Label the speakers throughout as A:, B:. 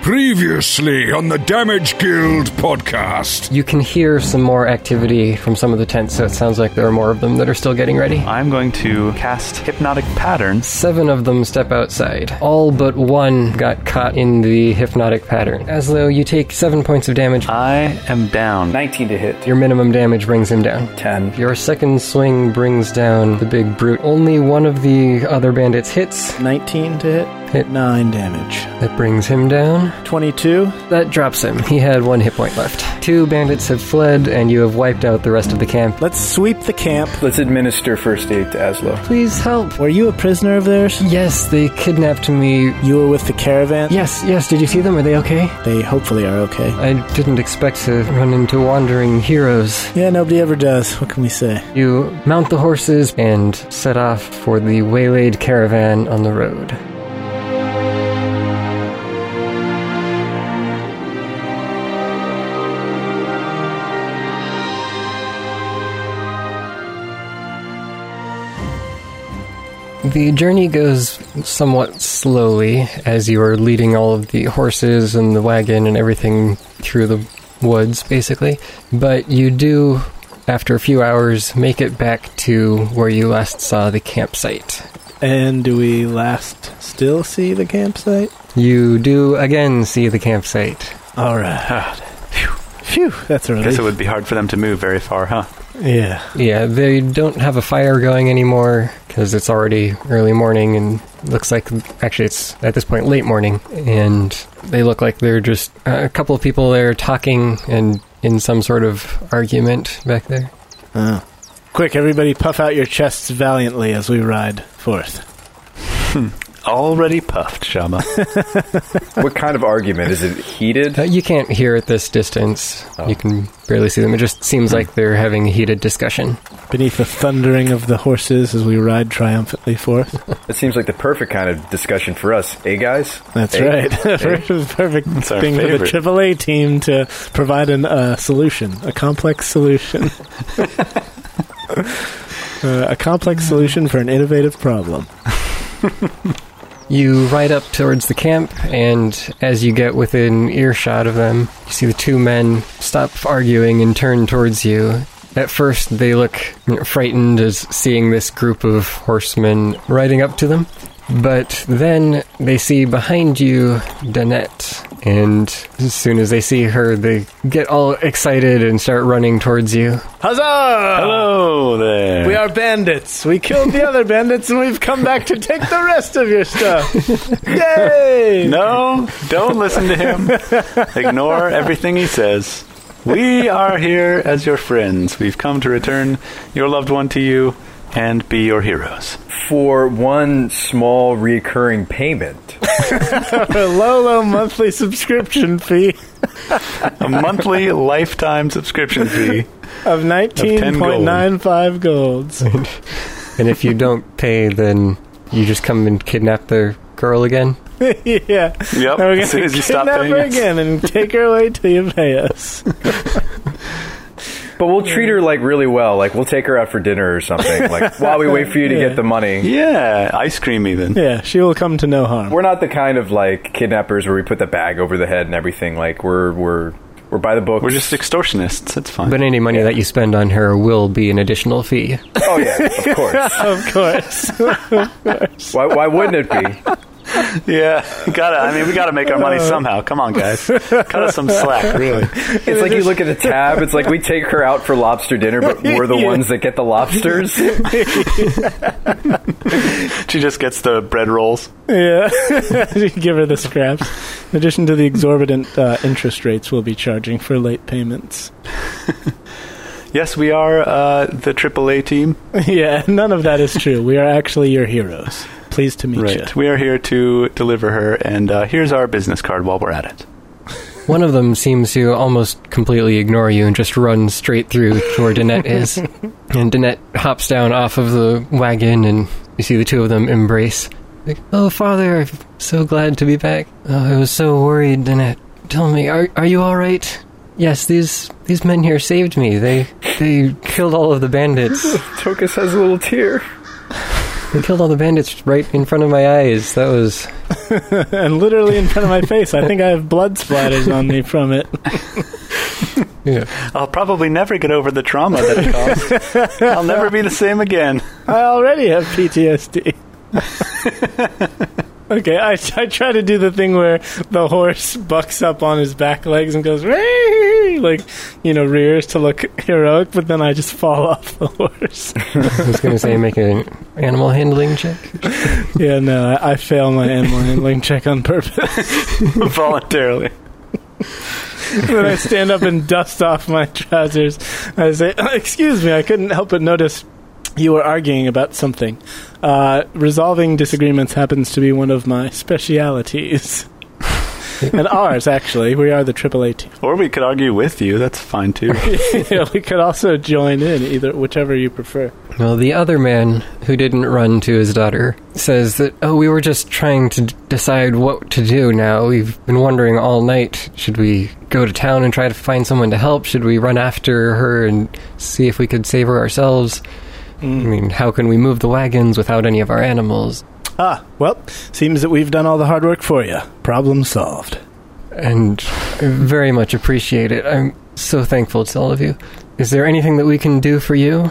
A: Previously on the Damage Guild podcast.
B: You can hear some more activity from some of the tents, so it sounds like there are more of them that are still getting ready.
C: I'm going to cast Hypnotic Patterns.
B: Seven of them step outside. All but one got caught in the hypnotic pattern. Aslo, you take seven points of damage.
C: I am down.
D: 19 to hit.
B: Your minimum damage brings him down.
D: 10.
B: Your second swing brings down the big brute. Only one of the other bandits hits.
E: 19 to hit.
B: Hit.
E: 9 damage.
B: That brings him down.
E: 22.
B: That drops him. He had one hit point left. Two bandits have fled, and you have wiped out the rest of the camp.
E: Let's sweep the camp.
D: Let's administer first aid to Aslo.
B: Please help.
E: Were you a prisoner of theirs?
B: Yes, they kidnapped me.
E: You were with the caravan?
B: Yes, yes, did you see them? Are they okay?
E: They hopefully are okay.
B: I didn't expect to run into wandering heroes.
E: Yeah, nobody ever does. What can we say?
B: You mount the horses and set off for the waylaid caravan on the road. The journey goes somewhat slowly as you are leading all of the horses and the wagon and everything through the woods, basically. But you do, after a few hours, make it back to where you last saw the campsite.
E: And do we last still see the campsite?
B: You do again see the campsite.
E: All right. Phew. Phew. That's a
C: I guess
E: relief.
C: it would be hard for them to move very far, huh?
E: Yeah.
B: Yeah, they don't have a fire going anymore because it's already early morning and looks like actually it's at this point late morning and they look like they're just uh, a couple of people there talking and in some sort of argument back there.
E: Oh. Quick, everybody, puff out your chests valiantly as we ride forth.
C: Already puffed, Shama.
D: what kind of argument? Is it heated?
B: Uh, you can't hear at this distance. You can barely see them. It just seems like they're having a heated discussion.
E: Beneath the thundering of the horses as we ride triumphantly forth.
D: That seems like the perfect kind of discussion for us, eh, guys?
E: That's
D: Eh?
E: right. Perfect
C: our
E: thing for the
C: favorite.
E: AAA team to provide a uh, solution, a complex solution. Uh, a complex solution for an innovative problem.
B: You ride up towards the camp, and as you get within earshot of them, you see the two men stop arguing and turn towards you. At first, they look frightened as seeing this group of horsemen riding up to them, but then they see behind you Danette, and as soon as they see her, they get all excited and start running towards you.
E: Huzzah!
C: Hello there.
E: We are bandits. We killed the other bandits, and we've come back to take the rest of your stuff. Yay!
C: No, don't listen to him. Ignore everything he says. We are here as your friends. We've come to return your loved one to you and be your heroes.
D: For one small recurring payment.
E: A low, low monthly subscription fee
C: A monthly lifetime subscription fee.
E: of nineteen point nine five golds.
B: And if you don't pay, then you just come and kidnap their girl again.
E: yeah.
C: Yep.
E: Now we're
C: As soon
E: gonna
C: as you stop
E: kidnap
C: paying
E: her
C: us.
E: again and take her away till you pay us.
D: But we'll treat her like really well. Like we'll take her out for dinner or something. Like while we wait for you to
E: Yeah.
D: get the money.
C: Yeah, ice cream even.
E: Yeah, she will come to no harm.
D: We're not the kind of like kidnappers where we put the bag over the head and everything. Like we're we're we're by the book.
C: We're just extortionists. It's fine.
B: But any money that you spend on her will be an additional fee.
D: oh yeah, of course.
E: Of course.
D: why, why wouldn't it be?
C: Yeah, gotta. I mean, we gotta make our money somehow. Come on, guys, cut us some slack. Really?
D: It's like you look at the tab. It's like we take her out for lobster dinner, but we're the
E: Yeah.
D: ones that get the lobsters.
C: She just gets the bread rolls.
E: yeah. You Give her the scraps. In addition to the exorbitant uh, interest rates we'll be charging for late payments.
C: Yes, we are uh, the AAA team.
E: yeah, none of that is true. We are actually your heroes. Pleased to meet you.
C: We are here to deliver her, and uh, here's our business card while we're at it.
B: One of them seems to almost completely ignore you and just run straight through to where Danette is. And Danette hops down off of the wagon, and you see the two of them embrace. Like, oh, father, I'm so glad to be back. Oh, I was so worried, Danette. Tell me, are are you all right? Yes, these these men here saved me. They they killed all of the bandits.
D: Tokus has a little tear.
B: They killed all the bandits right in front of my eyes. That was
E: and literally in front of my face. I think I have blood splatters on me from it.
B: yeah.
C: I'll probably never get over the trauma that it caused. I'll never be the same again.
E: I already have PTSD. okay, I, I try to do the thing where the horse bucks up on his back legs and goes, "Whee!" like, you know, rears to look heroic, but then I just fall off the horse.
B: I was going to say make an animal handling check.
E: yeah, no, I, I fail my animal handling check on purpose.
C: Voluntarily.
E: then I stand up and dust off my trousers. I say, "Excuse me, I couldn't help but notice you were arguing about something. Uh, resolving disagreements happens to be one of my specialities." and ours, actually. We are the AAA team.
C: Or we could argue with you. That's fine too.
E: Yeah, we could also join in, either whichever you prefer.
B: Well, the other man who didn't run to his daughter says that, oh, we were just trying to d- decide what to do now. We've been wondering all night should we go to town and try to find someone to help? Should we run after her and see if we could save her ourselves? I mean, how can we move the wagons without any of our animals?
E: Ah, well, seems that we've done all the hard work for you. Problem solved.
B: And I very much appreciate it. I'm so thankful to all of you. Is there anything that we can do for you?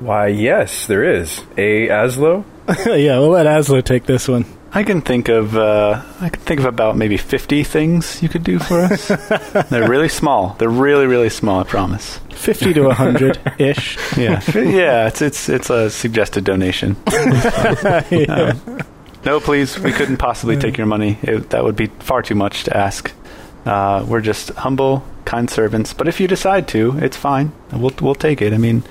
D: Why, yes, there is. A Aslo?
E: yeah, we'll let Aslo take this one.
C: I can think of uh, I can think of about maybe fifty things you could do for us. They're really small. They're really really small. I promise.
E: 50 to 100 ish.
C: Yeah, yeah. It's it's it's a suggested donation.
E: yeah.
C: No, please. We couldn't possibly take your money. It, that would be far too much to ask. Uh, we're just humble, kind servants. But if you decide to, it's fine. We'll we'll take it. I mean,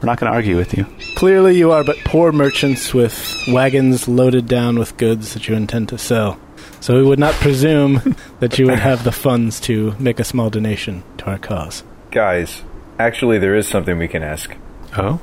C: we're not going to argue with you.
E: Clearly, you are but poor merchants with wagons loaded down with goods that you intend to sell. So we would not presume that you would have the funds to make a small donation to our cause.
D: Guys, actually, there is something we can ask.
C: Oh,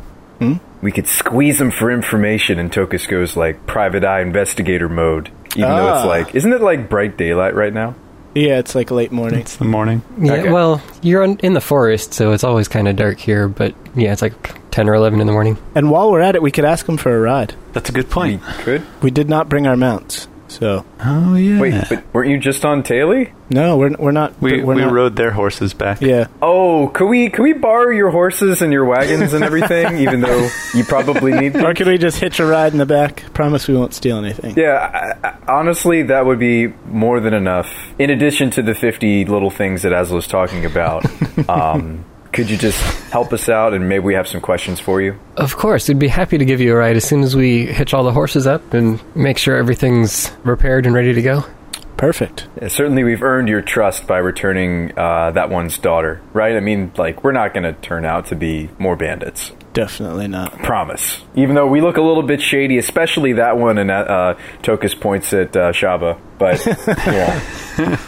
D: We could squeeze them for information in Tokusko's, like, private eye investigator mode. Even though
E: Ah.
D: it's like, isn't it like bright daylight right now?
E: Yeah, it's like late morning.
C: it's the morning.
B: Yeah,
D: Okay.
B: well, you're on, in the forest, so it's always kind of dark here, but yeah, it's like 10 or 11 in the morning.
E: And while we're at it, we could ask them for a ride.
C: That's a good
D: We
C: point.
D: could.
E: We did not bring our mounts, so
C: Oh yeah.
D: Wait, but weren't you just on Taily?
E: no, we're we're not.
C: we
E: we're
C: we
E: not,
C: rode their horses back.
E: Yeah,
D: Oh, could we could we borrow your horses and your wagons and everything? even though you probably need.
E: or could we just hitch a ride in the back? Promise we won't steal anything.
D: Yeah, I, I, honestly, that would be more than enough. In addition to the 50 little things that Aslo's talking about, um, could you just help us out and maybe we have some questions for you?
B: Of course, we'd be happy to give you a ride as soon as we hitch all the horses up and make sure everything's repaired and ready to go.
E: Perfect.
D: Uh, Certainly, we've earned your trust by returning uh, that one's daughter, right? I mean, like, we're not going to turn out to be more bandits.
E: Definitely not.
D: Promise. Even though we look a little bit shady, especially that one, and uh, uh, Tokus points at uh, Shaba. But yeah.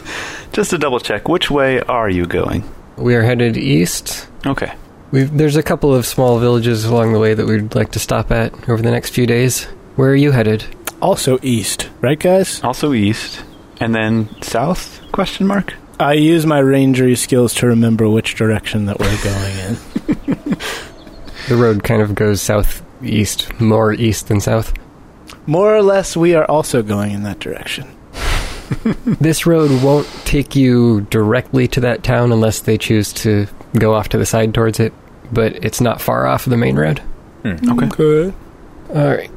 C: Just to double check, which way are you going?
B: We are headed east.
C: Okay.
B: We've, there's a couple of small villages along the way that we'd like to stop at over the next few days. Where are you headed?
E: Also east, right, guys?
C: Also east, and then south? Question mark.
E: I use my rangery skills to remember which direction that we're going in.
B: The road kind of goes southeast, more east than south.
E: More or less, we are also going in that direction.
B: This road won't take you directly to that town unless they choose to go off to the side towards it, but it's not far off of the main road.
D: Hmm.
C: Okay.
E: Good,
B: All right.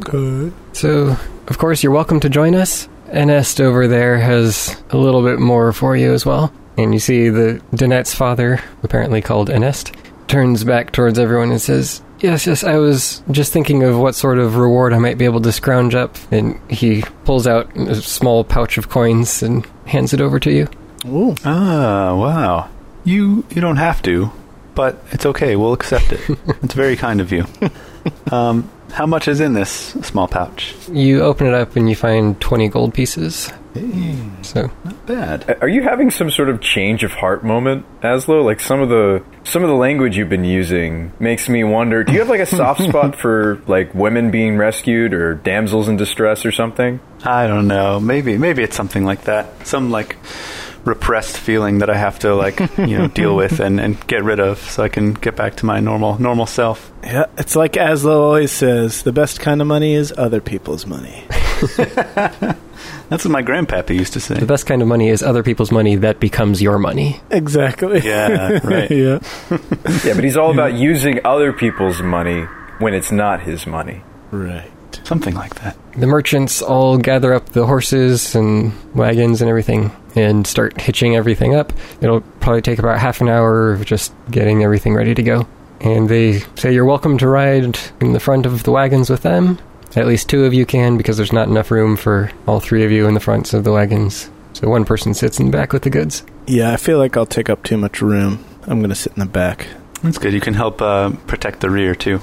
E: good.
B: So, of course, you're welcome to join us. Nest over there has a little bit more for you as well. And you see the Danette's father, apparently called Nest, turns back towards everyone and says, Yes, yes, I was just thinking of what sort of reward I might be able to scrounge up. And he pulls out a small pouch of coins and hands it over to you.
E: Ooh,
C: Ah, wow. You you don't have to, but it's okay. We'll accept it. it's very kind of you. Um, how much is in this small pouch?
B: You open it up and you find 20 gold pieces. So,
C: Bad.
D: Are you having some sort of change of heart moment, Aslo? Like some of the some of the language you've been using makes me wonder. Do you have like a soft spot for like women being rescued or damsels in distress or something?
C: I don't know. Maybe maybe it's something like that. Some like repressed feeling that I have to like you know deal with and, and get rid of so I can get back to my normal normal self.
E: Yeah, it's like Aslo always says: the best kind of money is other people's money.
C: That's what my grandpappy used to say.
B: The best kind of money is other people's money that becomes your money.
E: Exactly.
C: Yeah, right.
E: yeah.
D: Yeah, but he's all about using other people's money when it's not his money.
E: Right.
C: Something like that.
B: The merchants all gather up the horses and wagons and everything and start hitching everything up. It'll probably take about half an hour of just getting everything ready to go. And they say you're welcome to ride in the front of the wagons with them. At least two of you can because there's not enough room for all three of you in the fronts of the wagons. So one person sits in the back with the goods.
E: Yeah, I feel like I'll take up too much room. I'm gonna sit in the back.
C: That's good. You can help uh, protect the rear too.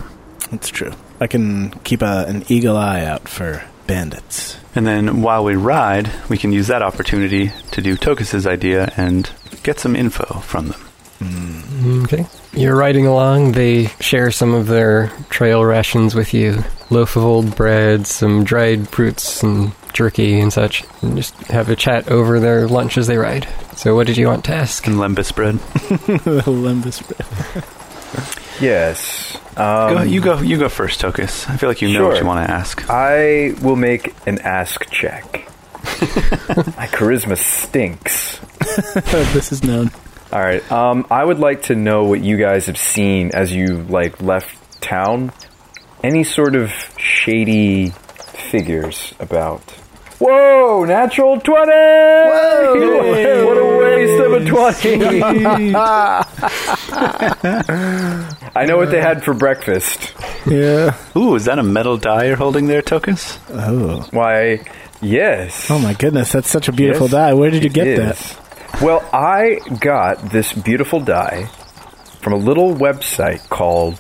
E: That's true. I can keep a, an eagle eye out for bandits.
C: And then while we ride, we can use that opportunity to do Tokus's idea and get some info from them.
B: Okay. You're riding along. They share some of their trail rations with you loaf of old bread, some dried fruits, and jerky and such. And just have a chat over their lunch as they ride. So, what did you want to ask?
C: And lembas bread.
E: The limbus bread.
D: Yes. Um,
C: go, you go. You go first, Tokus. I feel like you know what
D: Sure.
C: you want to ask.
D: I will make an ask check. My charisma stinks.
E: this is known.
D: All right. Um, I would like to know what you guys have seen as you like left town. Any sort of shady figures about? Whoa! Natural twenty. Whoa! what a waste of a twenty. I know what they had for breakfast.
E: Yeah.
C: Ooh, is that a metal die you're holding there, Tokus?
E: Oh.
D: Why? Yes.
E: Oh my goodness, that's such a beautiful
D: Yes,
E: die. Where did you
D: it
E: get
D: is.
E: that?
D: Well, I got this beautiful die from a little website called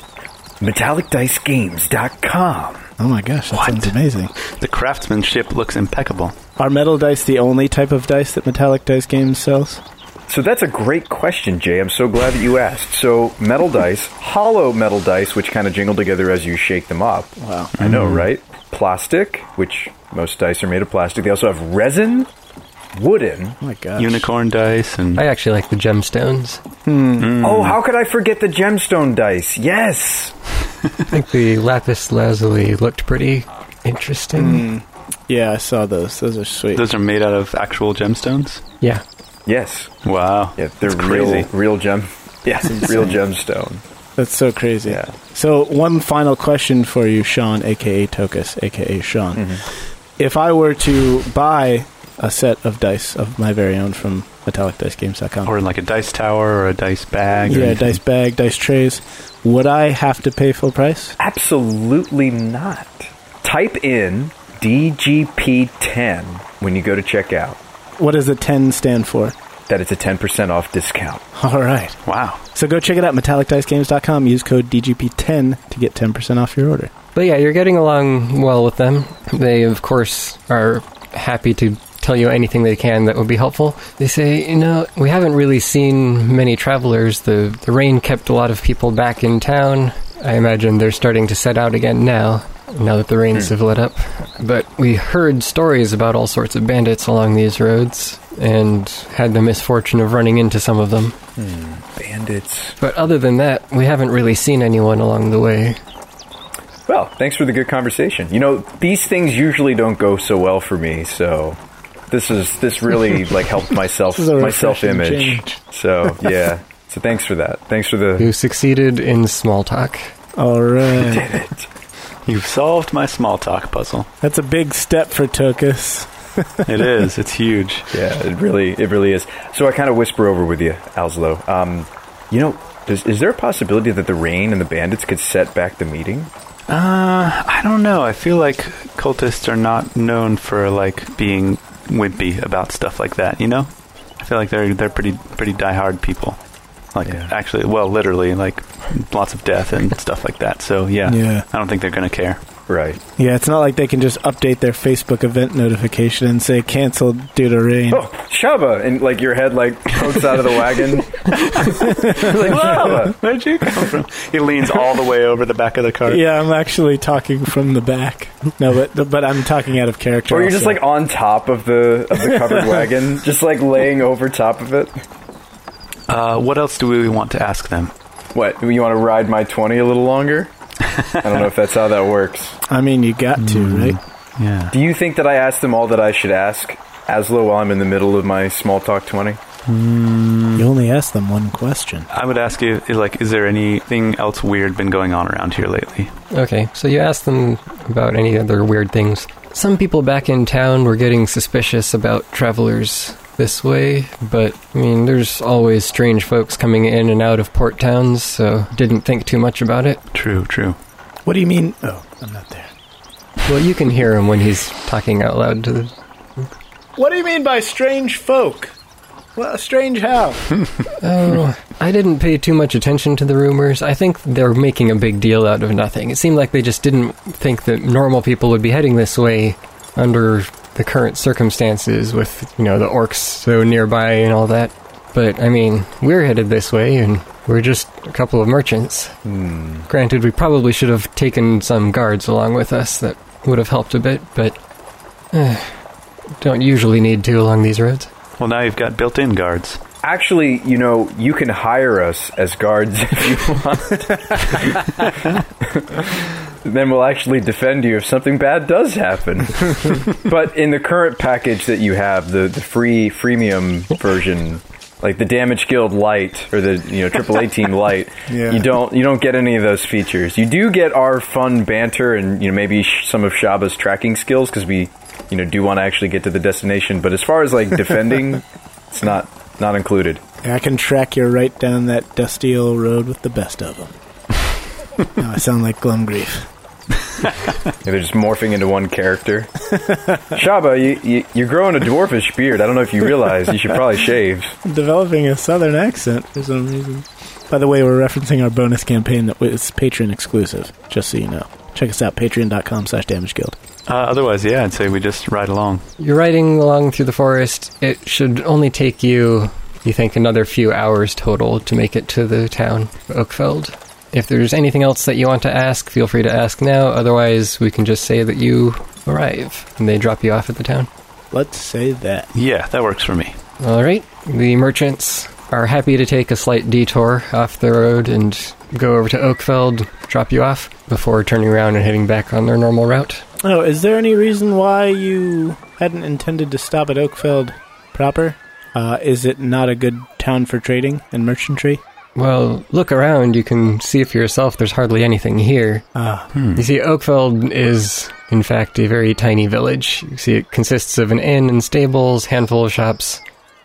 D: metallicdicegames.com.
E: Oh my gosh, that sounds amazing.
C: The craftsmanship looks impeccable.
E: Are metal dice the only type of dice that Metallic Dice Games sells?
D: So that's a great question, Jay. I'm so glad that you asked. So, metal dice, hollow metal dice, which kind of jingle together as you shake them up. Wow. I
E: Mm-hmm.
D: know, right? Plastic, which most dice are made of plastic. They also have resin, wooden.
E: Oh my gosh.
C: Unicorn dice and
B: I actually like the gemstones.
D: Oh, how could I forget the gemstone dice? Yes.
B: I think the lapis lazuli looked pretty interesting.
E: Yeah, I saw those. Those are sweet.
C: those are made out of actual gemstones.
B: Yeah.
D: Yes.
C: Wow,
D: Yeah, they're
C: That's
D: real,
C: crazy.
D: real gem. Yeah, real gemstone.
E: That's so crazy.
D: Yeah.
E: So, one final question for you, Sean, aka Tokus, aka Sean.
C: Mm-hmm.
E: If I were to buy a set of dice of my very own from metallicdicegames.com,
C: Or in like a dice tower or a dice bag. or
E: yeah,
C: anything.
E: dice bag, dice trays, would I have to pay full price?
D: Absolutely not. Type in DGP10 when you go to checkout.
E: What does the 10 stand for?
D: That it's a 10% off discount.
E: All right.
C: Wow.
E: So, go check it out, metallicdicegames.com. Use code DGP10 to get 10% off your order.
B: But yeah, you're getting along well with them. They, of course, are happy to tell you anything they can that would be helpful. They say, you know, we haven't really seen many travelers. The, the rain kept a lot of people back in town. I imagine they're starting to set out again now, now that the rains have let up. But we heard stories about all sorts of bandits along these roads and had the misfortune of running into some of them.
D: Bandits.
B: But other than that, we haven't really seen anyone along the way.
D: Well, thanks for the good conversation. You know, these things usually don't go so well for me, so this is this really like helped myself
E: This is a
D: my
E: refreshing
D: self image.
E: change.
D: So yeah. So thanks for that. Thanks for the
B: You succeeded in small talk.
E: All right.
C: You've solved my small talk puzzle.
E: That's a big step for Tokus.
C: It is. It's huge.
D: Yeah, it really it really is. So I kinda whisper over with you, Alzlo. Um you know, is, is there a possibility that the rain and the bandits could set back the meeting?
C: Uh, I don't know. I feel like cultists are not known for like being wimpy about stuff like that. You know, I feel like they're they're pretty pretty diehard people. Like
D: Yeah.
C: actually, well, literally, like lots of death and stuff like that. So yeah,
E: Yeah.
C: I don't think they're gonna care.
D: Right.
E: Yeah, it's not like they can just update their Facebook event notification and say canceled due to rain.
D: Oh, Shaba! And like your head like pokes out of the wagon. like Shaba!
C: Where'd you come from? He leans all the way over the back of the car.
E: Yeah, I'm actually talking from the back. No, but but I'm talking out of character.
D: Or you're just
E: also.
D: like on top of the of the covered wagon, just like laying over top of it.
C: Uh, what else do we want to ask them?
D: What? You want to ride my twenty a little longer? I don't know if that's how that works.
E: I mean, you got to right.
C: Yeah.
D: Do you think that I asked them all that I should ask, Aslo, while I'm in the middle of my small talk twenty?
E: You only ask them one question.
C: I would ask you, like, is there anything else weird been going on around here lately?
B: Okay, so you asked them about any other weird things. Some people back in town were getting suspicious about travelers this way, but I mean, there's always strange folks coming in and out of port towns, so didn't think too much about it.
C: True, true.
E: What do you mean? Oh, I'm not there.
B: Well, you can hear him when he's talking out loud to the.
E: What do you mean by strange folk? Well, strange how?
B: Oh, I didn't pay too much attention to the rumors. I think they're making a big deal out of nothing. It seemed like they just didn't think that normal people would be heading this way under the current circumstances with, you know, the orcs so nearby and all that. But, I mean, we're headed this way and we're just a couple of merchants. Granted, we probably should have taken some guards along with us. That would have helped a bit, but. eh, don't usually need to along these roads.
C: Well, now you've got built-in guards.
D: Actually, you know, you can hire us as guards if you want. then we'll actually defend you if something bad does happen. but in the current package that you have, the, the free freemium version, like the Damage Guild Light or the you know AAA Team Light,
E: Yeah.
D: you don't you don't get any of those features. You do get our fun banter and you know maybe sh- some of Shaba's tracking skills because we you know do want to actually get to the destination. But as far as like defending, it's not not included.
E: I can track you right down that dusty old road with the best of them. now I sound like Glumgrief.
D: Yeah, they're just morphing into one character. Shaba, you, you, you're growing a dwarfish beard. I don't know if you realize. You should probably shave.
E: I'm developing a southern accent for some reason. By the way, we're referencing our bonus campaign that is Patreon exclusive, just so you know. Check us out, patreon.com slash damage guild.
C: Uh, otherwise, yeah, I'd say we just ride along.
B: You're riding along through the forest. It should only take you, you think, another few hours total to make it to the town, Oakfeld. If there's anything else that you want to ask, feel free to ask now. Otherwise, we can just say that you arrive and they drop you off at the town.
E: Let's say that.
C: Yeah, that works for me.
B: All right. The merchants are happy to take a slight detour off the road and go over to Oakfeld, drop you off, before turning around and heading back on their normal route.
E: Oh, is there any reason why you hadn't intended to stop at Oakfeld proper? Uh, is it not a good town for trading and merchantry?
B: Well, look around. You can see for yourself there's hardly anything here.
E: Ah,
B: You see, Oakfeld is, in fact, a very tiny village. You see, it consists of an inn and stables, handful of shops,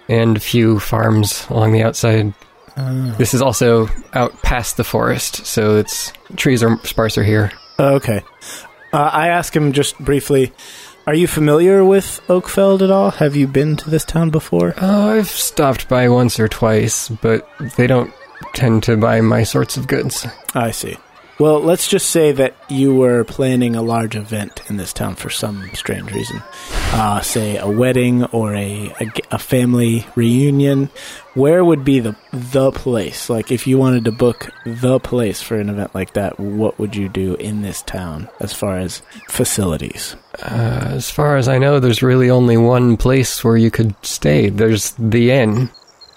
B: and a few farms along the outside.
E: Uh,
B: This is also out past the forest, so it's trees are sparser here.
E: okay. Uh, I ask him just briefly, are you familiar with Oakfeld at all? Have you been to this town before?
B: Oh, I've stopped by once or twice, but they don't tend to buy my sorts of goods.
E: I see. Well, let's just say that you were planning a large event in this town for some strange reason. Uh, say a wedding or a, a, g- a family reunion. Where would be the, the place? Like, if you wanted to book the place for an event like that, what would you do in this town as far as facilities?
B: Uh, as far as I know, there's really only one place where you could stay. There's the inn,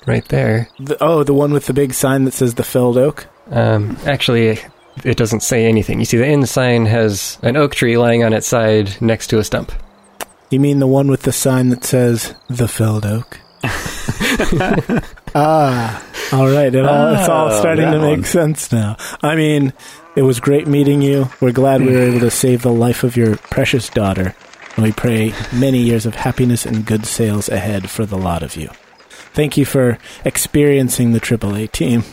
B: right there.
E: The, oh, the one with the big sign that says the Felled Oak?
B: Um, actually, it doesn't say anything. You see, the inn sign has an oak tree lying on its side next to a stump.
E: You mean the one with the sign that says the Felled Oak? ah, all right. It all, it's all
C: Oh,
E: starting to
C: that
E: make
C: one.
E: sense now. I mean, it was great meeting you. We're glad we were able to save the life of your precious daughter. And we pray many years of happiness and good sales ahead for the lot of you. Thank you for experiencing the AAA team.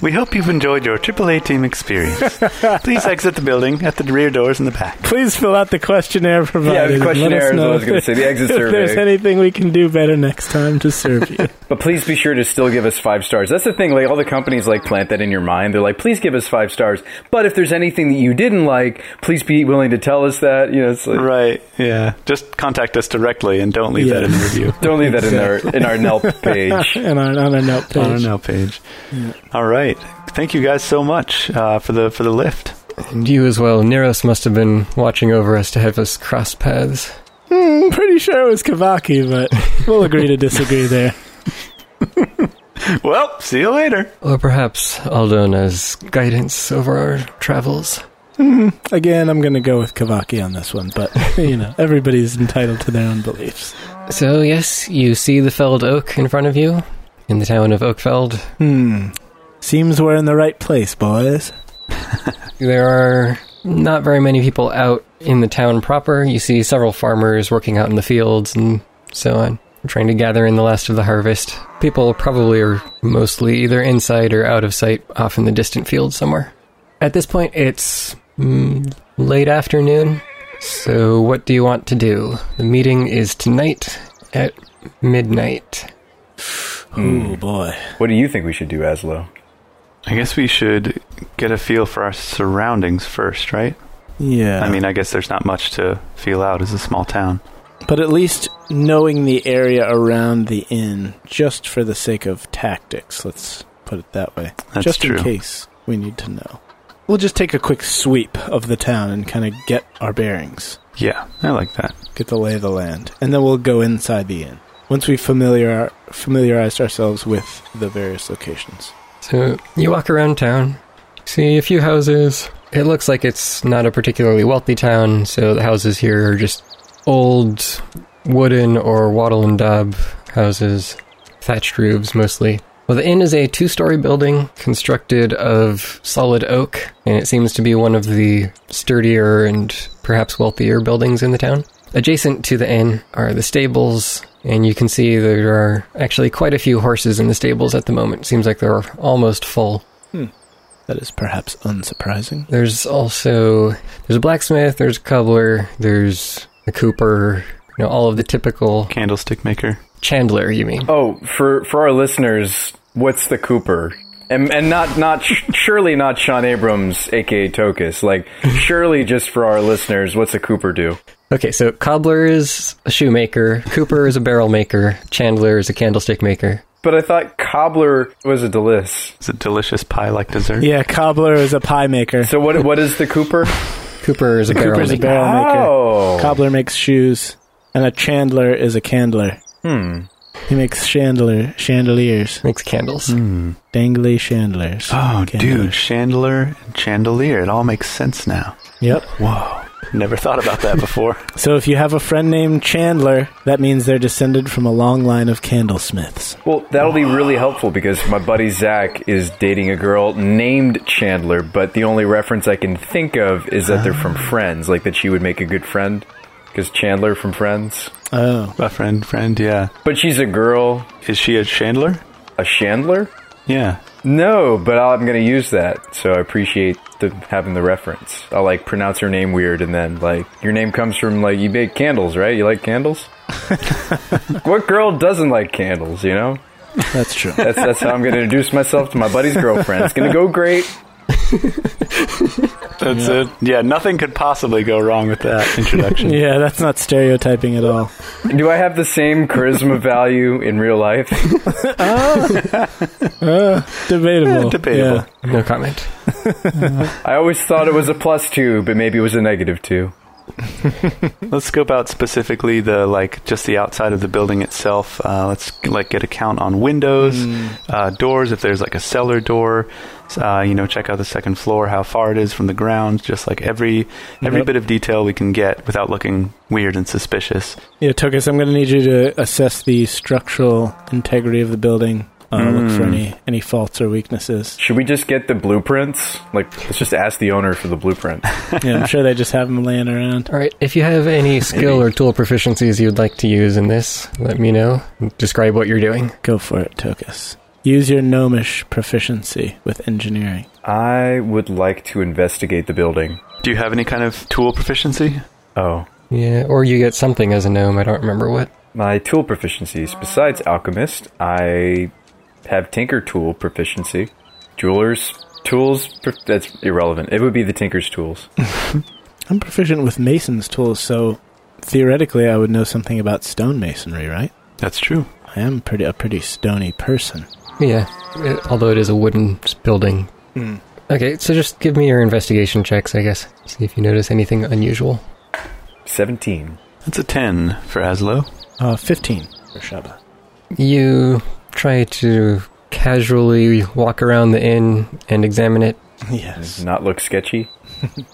C: We hope you've enjoyed your AAA team experience. Please exit the building at the rear doors in the back.
E: Please fill out the questionnaire provided.
D: Yeah, the
E: and let us
D: questionnaire is what
E: know
D: I was
E: if
D: gonna
E: there-
D: say, the exit
E: if there's
D: survey.
E: anything we can do better next time to serve you.
D: But please be sure to still give us five stars. That's the thing. Like all the companies like plant that in your mind. They're like, please give us five stars. But if there's anything that you didn't like, please be willing to tell us that. You know, it's like,
C: Right. Yeah. Just contact us directly and don't leave that in the
E: Yes.
C: review.
D: don't leave that in our in our Nelp page.
E: and on, on a note page.
C: On our now page. All right. Thank you guys so much uh, for the for the lift.
B: And you as well. Neros must have been watching over us to have us cross paths.
E: I'm pretty sure it was Kavaki, but we'll agree to disagree there.
C: Well, see you later.
B: Or perhaps Aldona's guidance over our travels.
E: Again, I'm going to go with Kavaki on this one, but you know, everybody's entitled to their own beliefs.
B: So, yes, you see the felled oak in front of you in the town of Oakfeld.
E: Hmm. Seems we're in the right place, boys.
B: There are not very many people out in the town proper. You see several farmers working out in the fields and so on, trying to gather in the last of the harvest. People probably are mostly either inside or out of sight off in the distant field somewhere. At this point, it's mm, late afternoon. So, what do you want to do? The meeting is tonight at midnight.
C: Hmm.
E: Ooh, boy.
D: What do you think we should do, Aslo?
C: I guess we should get a feel for our surroundings first, right?
E: Yeah.
C: I mean, I guess there's not much to feel out as a small town.
E: But at least knowing the area around the inn, just for the sake of tactics, let's put it that way.
C: That's
E: just
C: true.
E: in case we need to know. We'll just take a quick sweep of the town and kind of get our bearings,
C: Yeah, I like that.
E: get the lay of the land, and then we'll go inside the inn once we've familiar, familiarized ourselves with the various locations.
B: So, you walk around town, see a few houses. It looks like it's not a particularly wealthy town, so the houses here are just old wooden or wattle and daub houses, thatched roofs mostly. Well, the inn is a two story building constructed of solid oak, and it seems to be one of the sturdier and perhaps wealthier buildings in the town. Adjacent to the inn are the stables, and you can see there are actually quite a few horses in the stables at the moment. Seems like they're almost full.
E: That is perhaps unsurprising.
B: There's also there's a blacksmith, there's a cobbler, there's a cooper, you know, all of the typical
C: Candlestick maker.
B: chandler, you mean.
D: Oh, for for our listeners, what's the Cooper? And, and not not surely not Sean Abrams, aka Tokus. Like surely just for our listeners, what's a Cooper do?
B: Okay, so cobbler is a shoemaker, cooper is a barrel maker, chandler is a candlestick maker.
D: But I thought cobbler was a delice.
C: It's a delicious pie like dessert.
E: Yeah, cobbler is a pie maker.
D: So what what is the Cooper?
B: Cooper is a barrel
E: Cooper's a
B: maker.
E: barrel maker.
D: Oh,
E: Cobbler makes shoes, and a chandler is a candler. Hmm. He makes chandler chandeliers,
B: makes candles.
E: dangly chandlers.
C: Oh,
E: Candler.
C: dude, chandelier and chandelier. It all makes sense now.
E: Yep.
C: Whoa. Never thought about that before.
E: So if you have a friend named Chandler, that means they're descended from a long line of candlesmiths.
D: Well, that'll be really helpful because my buddy Zach is dating a girl named Chandler, but the only reference I can think of is that they're from Friends, like that she would make a good friend because Chandler from Friends.
E: Oh,
C: A friend, friend, yeah.
D: But she's a girl,
C: Is she a chandler?
D: a Chandler?
C: Yeah.
D: No, but i am going to use that, so I appreciate the having the reference. I'll like pronounce her name weird, and then like your name comes from like you make candles, right? You like candles? what girl doesn't like candles? You know,
E: that's true.
D: that's that's how I'm going to introduce myself to my buddy's girlfriend. It's going to go great.
C: That's it. Yeah, nothing could possibly go wrong with that introduction.
E: yeah, that's not stereotyping at all.
D: Do I have the same charisma value in real life?
E: Debatable.
C: Eh, debatable.
E: Yeah.
B: No comment.
D: I always thought it was a plus two, but maybe it was a negative two.
C: Let's scope out specifically the like just the outside of the building itself. Uh, let's like get a count on windows, uh, doors. If there's like a cellar door, uh, you know, check out the second floor, how far it is from the ground. Just like every every
E: Yep.
C: bit of detail we can get without looking weird and suspicious.
E: Yeah, Tokus, I'm going to need you to assess the structural integrity of the building. Uh, Look
C: Hmm.
E: for any any faults or weaknesses.
D: Should we just get the blueprints? Like, let's just ask the owner for the blueprint.
E: Yeah, I'm sure they just have them laying around.
B: All right. If you have any skill or tool proficiencies you'd like to use in this, let me know. Describe what you're doing.
E: Go for it, Tokus. Use your gnomish proficiency with engineering.
D: I would like to investigate the building.
C: Do you have any kind of tool proficiency?
D: Oh,
B: Yeah, or you get something as a gnome. I don't remember what.
D: my tool proficiencies. Besides alchemist, I have tinker tool proficiency. Jeweler's tools. Pro- that's irrelevant. It would be the tinker's tools.
E: I'm proficient with mason's tools, so theoretically I would know something about stonemasonry, right?
C: That's true.
E: I am pretty a pretty stony person.
B: Yeah, it- although it is a wooden s- building. Okay, so just give me your investigation checks, I guess. See if you notice anything unusual.
D: Seventeen.
C: That's a 10 for Aslo.
E: Uh, 15 for Shaba.
B: You try to casually walk around the inn and examine it.
C: Mm-hmm.
E: Yes.
D: Not look sketchy.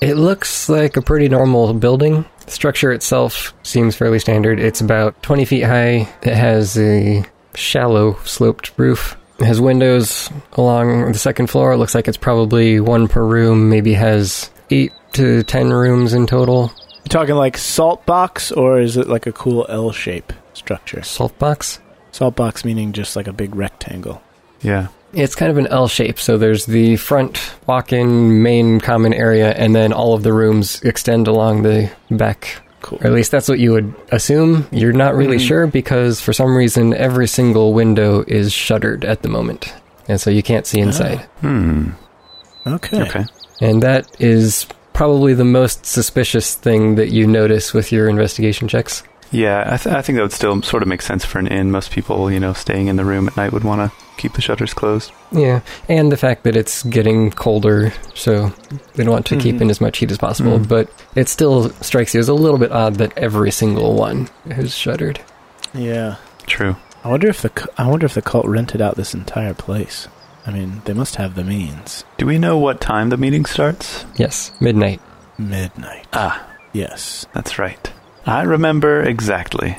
B: It looks like a pretty normal building. The structure itself seems fairly standard. It's about 20 feet high. It has a shallow sloped roof. It has windows along the second floor. It looks like it's probably one per room, maybe has eight to ten rooms in total.
E: You talking like salt box, or is it like a cool L shape structure?
B: Salt box?
E: Salt box meaning just like a big rectangle.
C: Yeah.
B: It's kind of an L shape, so there's the front walk in main common area, and then all of the rooms extend along the back.
E: Cool.
B: Or at least that's what you would assume. You're not really
C: Mhm.
B: sure because for some reason every single window is shuttered at the moment. And so you can't see inside.
C: Hmm.
E: Okay.
C: Okay.
B: And that is probably the most suspicious thing that you notice with your investigation checks.
C: Yeah, I, th- I think that would still sort of make sense for an inn. Most people, you know, staying in the room at night would want to keep the shutters closed.
B: Yeah. And the fact that it's getting colder, so they don't want to keep
C: Mhm.
B: in as much heat as possible,
C: Mm.
B: but it still strikes you as a little bit odd that every single one is shuttered.
E: Yeah.
C: True.
E: I wonder if the cu- I wonder if the cult rented out this entire place. I mean, they must have the means.
C: Do we know what time the meeting starts?
B: Yes, midnight.
E: Midnight.
C: Ah,
E: Yes.
C: that's right. I remember exactly.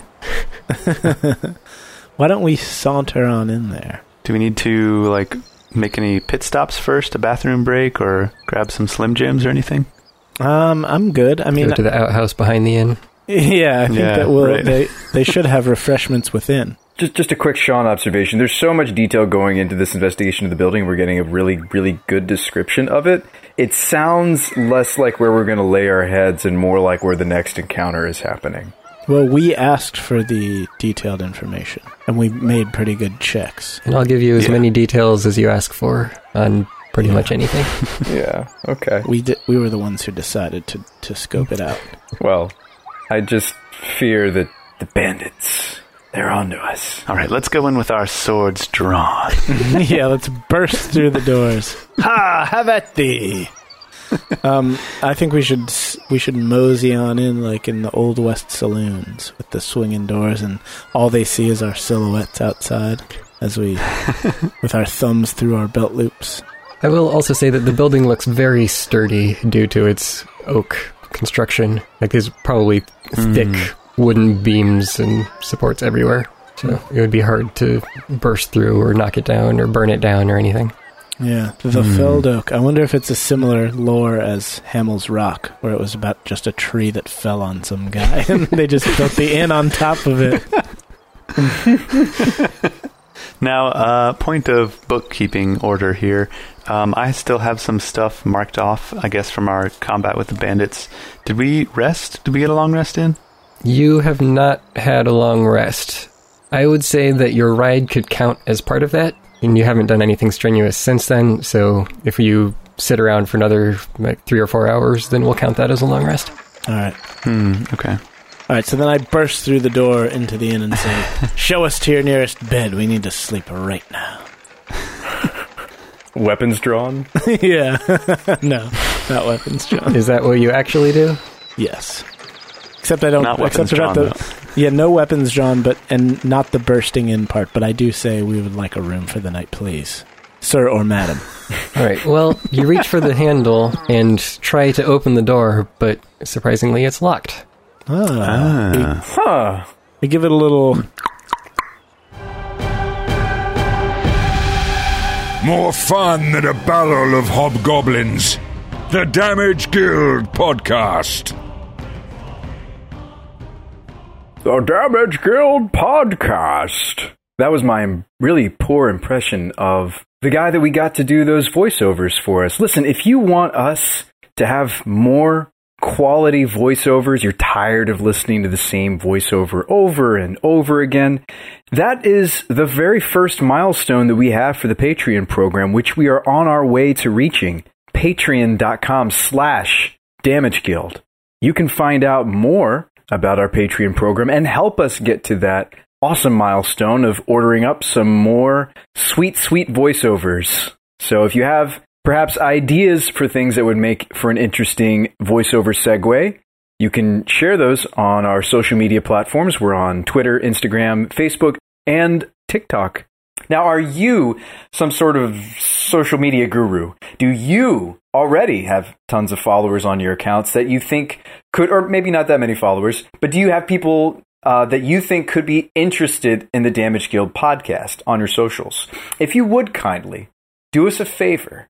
E: Why don't we saunter on in there?
C: Do we need to, like, make any pit stops first, a bathroom break, or grab some Slim Jims or anything?
E: Um, I'm good. I mean,
B: Go to the outhouse behind the inn.
E: yeah, I think
C: Yeah,
E: that will
C: right.
E: they they should have refreshments within.
D: Just, just a quick Sean observation. There's so much detail going into this investigation of the building. We're getting a really, really good description of it. It sounds less like where we're going to lay our heads and more like where the next encounter is happening.
E: Well, we asked for the detailed information, and we made pretty good checks.
B: And I'll give you as
C: Yeah.
B: many details as you ask for on pretty
E: Yeah.
B: much anything.
D: yeah. Okay.
E: We did. We were the ones who decided to to scope it out.
D: Well, I just fear that the bandits, they're onto us.
C: All right, let's go in with our swords drawn.
E: yeah, let's burst through the doors. Ha! Have at thee. um, I think we should s- we should mosey on in like in the old west saloons with the swinging doors, and all they see is our silhouettes outside as we with our thumbs through our belt loops.
B: I will also say that the building looks very sturdy due to its oak construction. Like there's probably thick wooden beams and supports everywhere. So it would be hard to burst through or knock it down or burn it down or anything.
E: Yeah, the
C: Hmm.
E: felled oak. I wonder if it's a similar lore as Hamel's Rock, where it was about just a tree that fell on some guy, and they just built the inn on top of it.
C: Now, uh, point of bookkeeping order here. Um, I still have some stuff marked off, I guess, from our combat with the bandits. Did we rest? Did we get a long rest in?
B: You have not had a long rest. I would say that your ride could count as part of that, and you haven't done anything strenuous since then. So if you sit around for another like three or four hours, then we'll count that as a long rest.
E: All right.
C: Hmm, okay.
E: All right, so then I burst through the door into the inn and say, "Show us to your nearest bed. We need to sleep right now."
D: Weapons drawn?
E: yeah, no, not weapons drawn.
B: Is that what you actually do?
E: Yes, except I don't.
C: Not weapons
E: Oh, except
C: drawn,
E: about the yeah, no weapons drawn, but and not the bursting in part. But I do say we would like a room for the night, please, sir or madam.
B: All right. Well, you reach for the handle and try to open the door, but surprisingly, it's locked.
E: Ah, We,
C: Ah.
D: Huh.
E: we give it a little.
A: More fun than a barrel of hobgoblins. The Damage Guild Podcast.
D: The Damage Guild podcast. that was my really poor impression of the guy that we got to do those voiceovers for us. Listen, if you want us to have more quality voiceovers, you're tired of listening to the same voiceover over and over again. That is the very first milestone that we have for the Patreon program, which we are on our way to reaching. Patreon.com slash damage guild. You can find out more about our Patreon program and help us get to that awesome milestone of ordering up some more sweet, sweet voiceovers. So if you have perhaps ideas for things that would make for an interesting voiceover segue, you can share those on our social media platforms. We're on Twitter, Instagram, Facebook, and TikTok. Now, are you some sort of social media guru? Do you already have tons of followers on your accounts that you think could, or maybe not that many followers, but do you have people uh, that you think could be interested in the Damage Guild podcast on your socials? If you would kindly do us a favor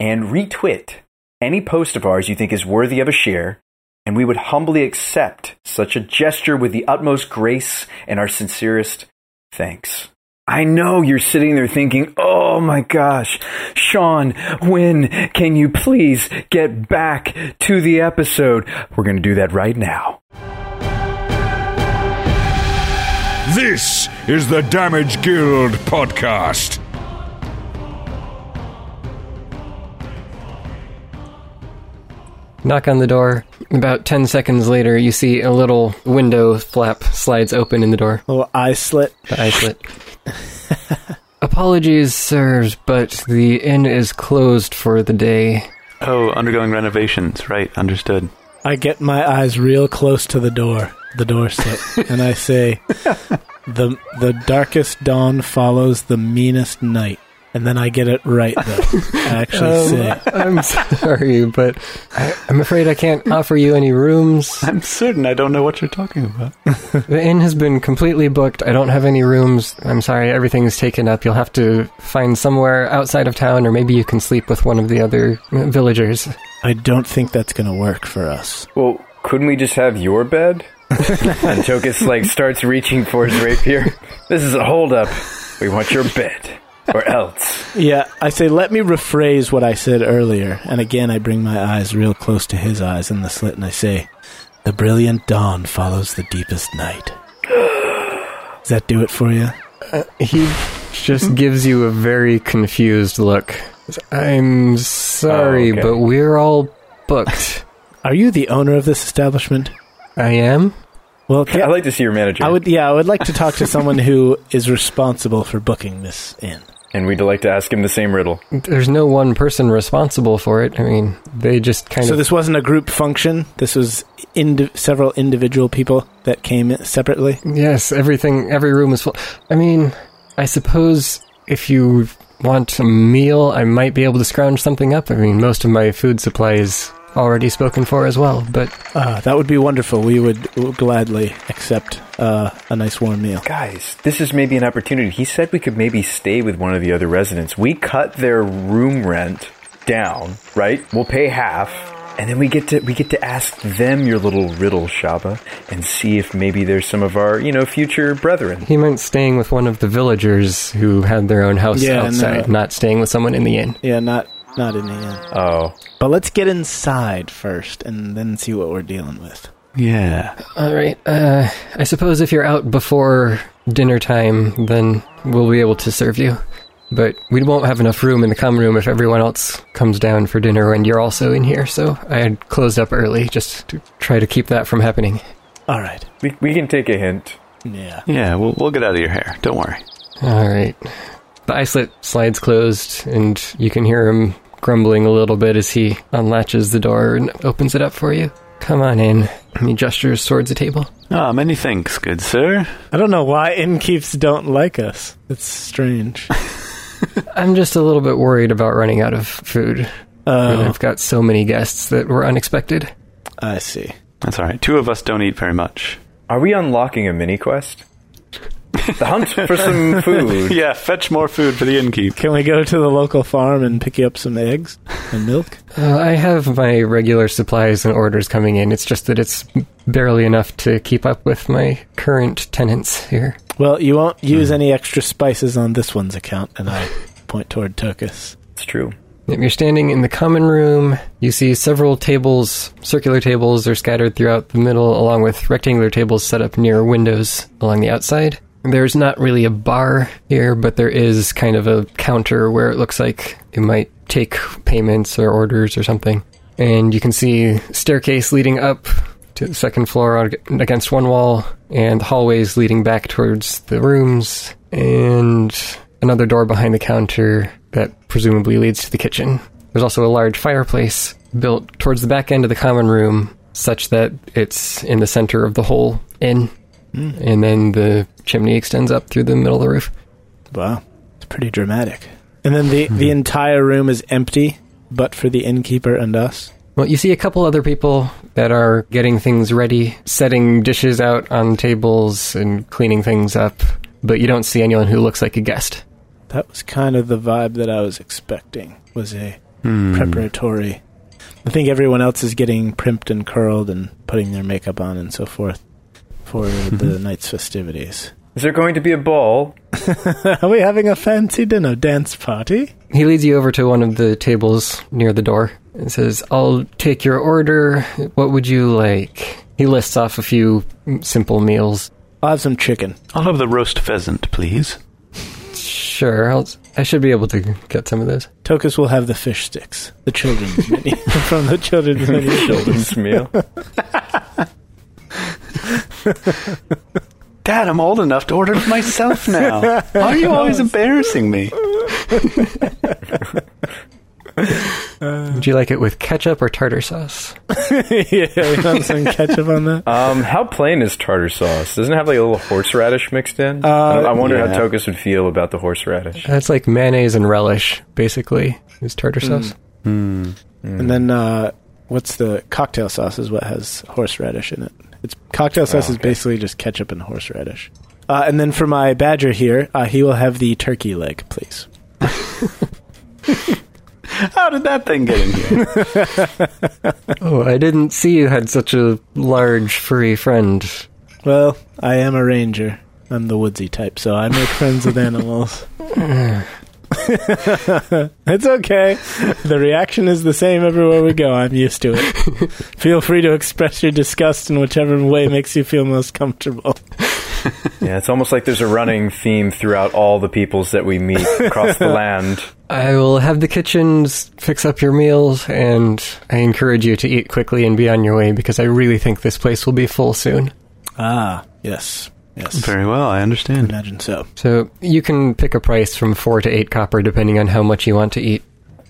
D: and retweet any post of ours you think is worthy of a share, and we would humbly accept such a gesture with the utmost grace and our sincerest thanks. I know you're sitting there thinking, oh my gosh, Sean, when can you please get back to the episode? We're going to do that right now.
A: This is the Damage Guild podcast.
B: Knock on the door. About 10 seconds later, you see a little window flap slides open in the door,
E: Little eye slit.
B: the eye slit. Apologies, sirs, but the inn is closed for the day.
C: Oh, undergoing renovations. Right, understood.
E: I get my eyes real close to the door, the door slit, and I say, "the The darkest dawn follows the meanest night." And then I get it right though. I actually say,
B: Um, I'm sorry, but I, I'm afraid I can't offer you any rooms.
C: I'm certain I don't know what you're talking about.
B: The inn has been completely booked. I don't have any rooms. I'm sorry, everything's taken up. You'll have to find somewhere outside of town, or maybe you can sleep with one of the other uh, villagers.
E: "I don't think that's going to work for us."
D: Well, couldn't we just have your bed? and Tokus like starts reaching for his rapier. This is a holdup. We want your bed, or else.
E: Yeah, I say, let me rephrase what I said earlier. And again, I bring my eyes real close to his eyes in the slit and I say, The brilliant dawn follows the deepest night. Does that do it for you?
B: He just gives you a very confused look. I'm sorry,
D: Oh, okay.
B: but we're all booked.
E: Are you the owner of this establishment?
B: I am?
E: Well,
D: I
E: I,
D: like to see your manager,
E: would, yeah, I would like to talk to someone who is responsible for booking this in.
D: and we'd like to ask him the same riddle.
B: There's no one person responsible for it. I mean, they just kind
E: So
B: of.
E: this wasn't a group function. This was indi- several individual people that came in separately.
B: Yes, everything, every room is full. I mean, I suppose if you want a meal, I might be able to scrounge something up. I mean, most of my food supply is already spoken for as well, but
E: Uh, that would be wonderful. We would gladly accept uh, a nice warm meal.
D: Guys, this is maybe an opportunity. He said we could maybe stay with one of the other residents. We cut their room rent down, right? We'll pay half, and then we get to we get to ask them your little riddle, Shaba, and see if maybe there's some of our, you know, future brethren.
B: he meant staying with one of the villagers who had their own house
E: Yeah,
B: outside,
E: no.
B: not staying with someone in the inn.
E: Yeah, not not in the end.
D: Oh.
E: But let's get inside first and then see what we're dealing with.
C: Yeah.
B: All right. Uh, I suppose if you're out before dinner time, then we'll be able to serve you. But we won't have enough room in the common room if everyone else comes down for dinner and you're also in here. So I had closed up early just to try to keep that from happening.
E: All right.
D: We, we can take a hint.
E: Yeah.
C: Yeah, we'll, we'll get out of your hair. Don't worry.
B: All right. The eye slit slides closed, and you can hear him grumbling a little bit as he unlatches the door and opens it up for you. Come on in. He gestures towards the table.
C: Ah, many thanks, good sir.
E: I don't know why innkeeps don't like us. It's strange.
B: I'm just a little bit worried about running out of food. And
E: Oh,
B: I've got so many guests that were unexpected.
E: I see.
C: That's all right. Two of us don't eat very much.
D: Are we unlocking a mini quest? The hunt for some food.
C: Yeah, fetch more food for the innkeep.
E: Can we go to the local farm and pick you up some eggs and milk?
B: Uh, I have my regular supplies and orders coming in. It's just that it's barely enough to keep up with my current tenants here.
E: Well, you won't use any extra spices on this one's account, and I point toward Tokus.
D: It's true.
B: Yep, You're standing in the common room. You see several tables, circular tables, are scattered throughout the middle, along with rectangular tables set up near windows along the outside. There's not really a bar here, but there is kind of a counter where it looks like it might take payments or orders or something. And you can see staircase leading up to the second floor ag- against one wall, and hallways leading back towards the rooms, and another door behind the counter that presumably leads to the kitchen. There's also a large fireplace built towards the back end of the common room, such that it's in the center of the whole inn, and then the chimney extends up through the middle of the roof.
E: Wow, it's pretty dramatic. And then the, the entire room is empty, but for the innkeeper and us.
B: Well, you see a couple other people that are getting things ready, setting dishes out on tables and cleaning things up, but you don't see anyone who looks like a guest.
E: That was kind of the vibe that I was expecting. Was a preparatory. I think everyone else is getting primped and curled and putting their makeup on and so forth for the night's festivities.
D: Is there going to be a ball?
E: Are we having a fancy dinner dance party?
B: He leads you over to one of the tables near the door and says, I'll take your order. What would you like? He lists off a few simple meals.
E: I'll have some chicken.
C: I'll have the roast pheasant, please.
B: Sure, I'll, I should be able to get some of those.
E: Tokus will have the fish sticks. The children's menu. From the children's menu.
D: Children's meal.
C: Dad, I'm old enough to order for myself now. Why are you always embarrassing me?
B: Would you like it with ketchup or tartar sauce?
E: yeah, we want some ketchup on that.
D: Um, how plain is tartar sauce? Doesn't it have like a little horseradish mixed in? I, I wonder
C: yeah.
D: how Tokus would feel about the horseradish.
B: That's like mayonnaise and relish, basically, is tartar sauce.
E: And then uh, what's the cocktail sauce is what has horseradish in it. It's cocktail sauce is basically just ketchup and horseradish. Uh, and then for my badger here, uh, he will have the turkey leg, please.
C: How did that thing get in here?
B: Oh, I didn't see you had such a large furry friend.
E: Well, I am a ranger. I'm the woodsy type, so I make friends with animals. it's okay. The reaction is the same everywhere we go. I'm used to it. feel free to express your disgust in whichever way makes you feel most comfortable.
D: Yeah, it's almost like there's a running theme throughout all the peoples that we meet across the land.
B: I will have the kitchens fix up your meals, and I encourage you to eat quickly and be on your way because I really think this place will be full soon.
E: Ah, yes. Yes.
C: Very well, I understand.
E: Imagine so.
B: So you can pick a price from four to eight copper depending on how much you want to eat.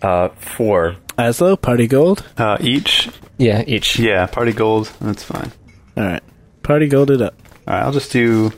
D: Uh, four.
E: Aslo, party gold.
C: Uh, each?
B: Yeah, each.
C: Yeah, party gold. That's fine.
E: All right. Party gold it up.
C: All right, I'll just do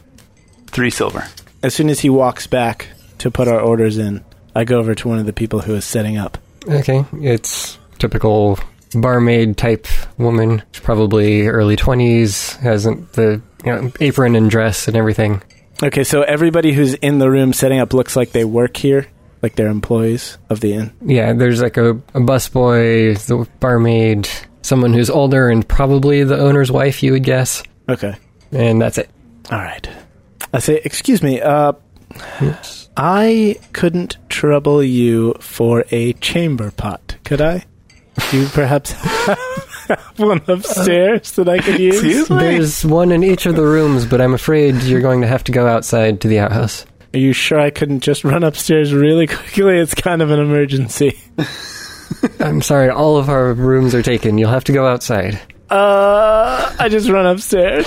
C: three silver.
E: As soon as he walks back to put our orders in, I go over to one of the people who is setting up.
B: Okay, it's typical barmaid type woman. She's probably early twenties, hasn't the you know, apron and dress and everything.
E: Okay, so everybody who's in the room setting up looks like they work here, like they're employees of the inn.
B: Yeah, there's like a, a busboy, the barmaid, someone who's older and probably the owner's wife, you would guess,
E: Okay.
B: and that's it.
E: All right. I say, excuse me, uh, I couldn't trouble you for a chamber pot, could I? Do you perhaps have one upstairs that I could use?
B: There's one in each of the rooms, but I'm afraid you're going to have to go outside to the outhouse.
E: Are you sure I couldn't just run upstairs really quickly? It's kind of an emergency.
B: I'm sorry, all of our rooms are taken. You'll have to go outside.
E: Uh, I just run upstairs.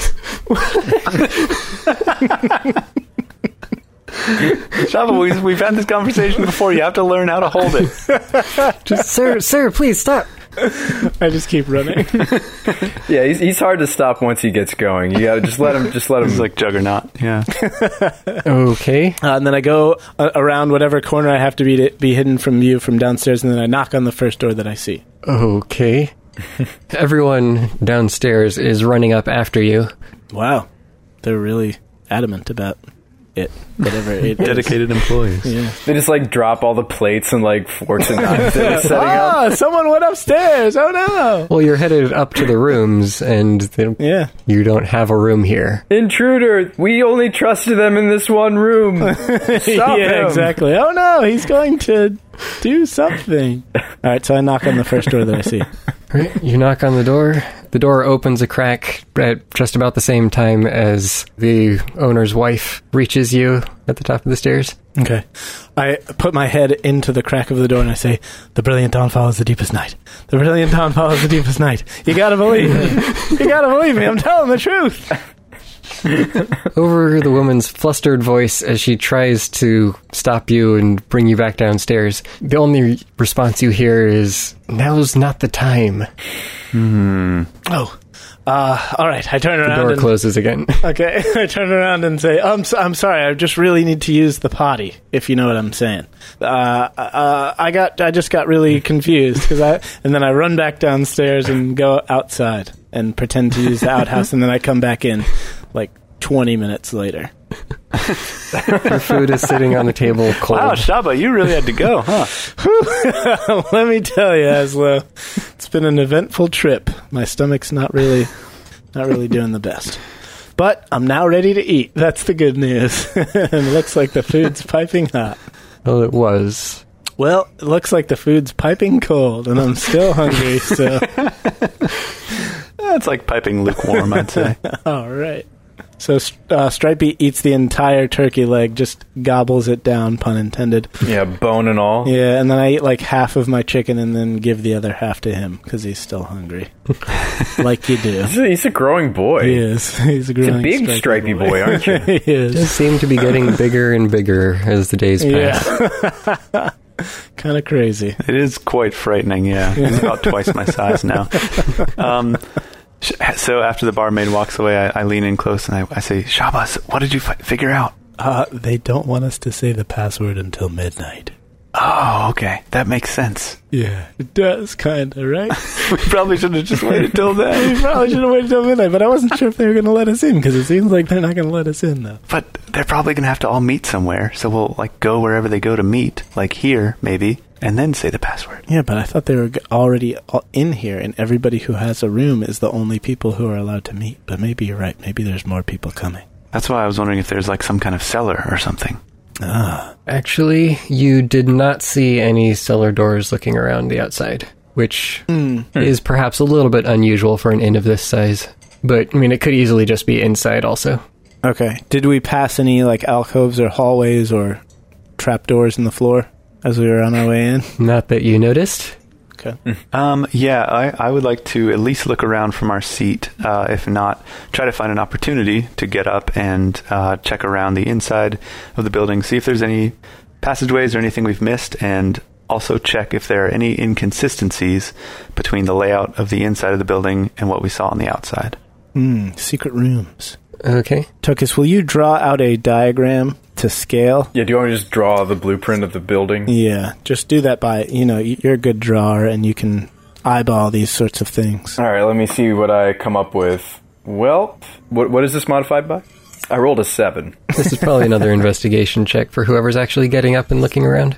C: Shava, we, we've had this conversation before. You have to learn how to hold it.
B: Just, sir, sir, please stop.
E: I just keep running.
D: Yeah, he's, he's hard to stop once he gets going. You gotta just let him. Just let him.
C: It's like Juggernaut. Yeah.
B: Okay.
E: Uh, and then I go uh, around whatever corner I have to be to be hidden from you from downstairs, and then I knock on the first door that I see.
B: Okay. Everyone downstairs is running up after you.
E: Wow, they're really adamant about it, whatever it is.
C: Dedicated employees.
E: Yeah.
D: They just like drop all the plates and like forks and knives they were setting up.
E: Ah, someone went upstairs. Oh no.
B: Well, you're headed up to the rooms, and they-
E: Yeah.
B: you don't have a room here.
D: Intruder! We only trusted them in this one room. Stop
E: yeah,
D: him.
E: exactly. Oh no, he's going to do something. All right, so I knock on the first door that I see.
B: Right? You knock on the door. The door opens a crack at just about the same time as the owner's wife reaches you at the top of the stairs.
E: Okay. I put my head into the crack of the door and I say, "The brilliant dawn follows the deepest night. The brilliant dawn follows the deepest night. You gotta believe me. You gotta believe me. I'm telling the truth."
B: Over the woman's flustered voice as she tries to stop you and bring you back downstairs, the only response you hear is, Now's not the time.
E: Oh. Uh, all right. I turn
B: The
E: around.
B: door
E: and,
B: closes again.
E: Okay, I turn around and say, "I'm so, I'm sorry. I just really need to use the potty, if you know what I'm saying." Uh, uh, I got I just got really confused because I and then I run back downstairs and go outside and pretend to use the outhouse, and then I come back in like 20 minutes later.
B: Your food is sitting on the table cold.
C: Wow, Shaba, you really had to go, huh?
E: Let me tell you, Aslo, it's been an eventful trip. My stomach's not really not really doing the best. But I'm now ready to eat. That's the good news. and looks like the food's piping hot.
B: Well, it was.
E: Well, it looks like the food's piping cold, and I'm still hungry. So,
C: That's like piping lukewarm, I'd say.
E: all right. So, uh, Stripey eats the entire turkey leg, just gobbles it down, pun intended.
D: Yeah, bone and all.
E: Yeah, and then I eat like half of my chicken, and then give the other half to him because he's still hungry, like you do.
D: He's, a, he's a growing boy.
E: He is. He's a
D: He's
E: growing,
D: a big stripy boy, aren't you?
E: he
B: It
E: is.
B: seemed to be getting bigger and bigger as the days passed.
E: Yeah. kind of crazy.
C: It is quite frightening, yeah. It's about twice my size now. Um, sh- so after the barmaid walks away, I, I lean in close and I, I say, Shabas, what did you fi- figure out?
E: Uh, they don't want us to say the password until midnight.
C: Oh, okay. That makes sense.
E: Yeah, it does kind of right.
C: We probably should have just waited till
E: we
C: then.
E: probably should have waited till midnight, but I wasn't sure if they were going to let us in because it seems like they're not going to let us in though.
C: But they're probably going to have to all meet somewhere. So we'll like go wherever they go to meet, like here maybe, and then say the password.
E: Yeah, but I thought they were g- already all in here, and everybody who has a room is the only people who are allowed to meet. But maybe you're right. Maybe there's more people coming.
C: That's why I was wondering if there's like some kind of cellar or something.
E: Ah,
B: Actually, you did not see any cellar doors looking around the outside, which is perhaps a little bit unusual for an inn of this size. But, I mean, it could easily just be inside also.
E: okay. Did we pass any like alcoves or hallways or trapdoors in the floor as we were on our way in?
B: Not that you noticed.
E: Okay.
C: Um, yeah, I, I would like to at least look around from our seat. Uh, if not, try to find an opportunity to get up and uh, check around the inside of the building, see if there's any passageways or anything we've missed, and also check if there are any inconsistencies between the layout of the inside of the building and what we saw on the outside.
E: Mm, secret rooms.
B: Okay.
E: Tokus, will you draw out a diagram to scale?
D: Yeah, do you want me to just draw the blueprint of the building?
E: Yeah, just do that by you know y- you're a good drawer and you can eyeball these sorts of things.
D: All right, let me see what I come up with. Well, what, what is this modified by? I rolled a seven.
B: This is probably another investigation check for whoever's actually getting up and looking around.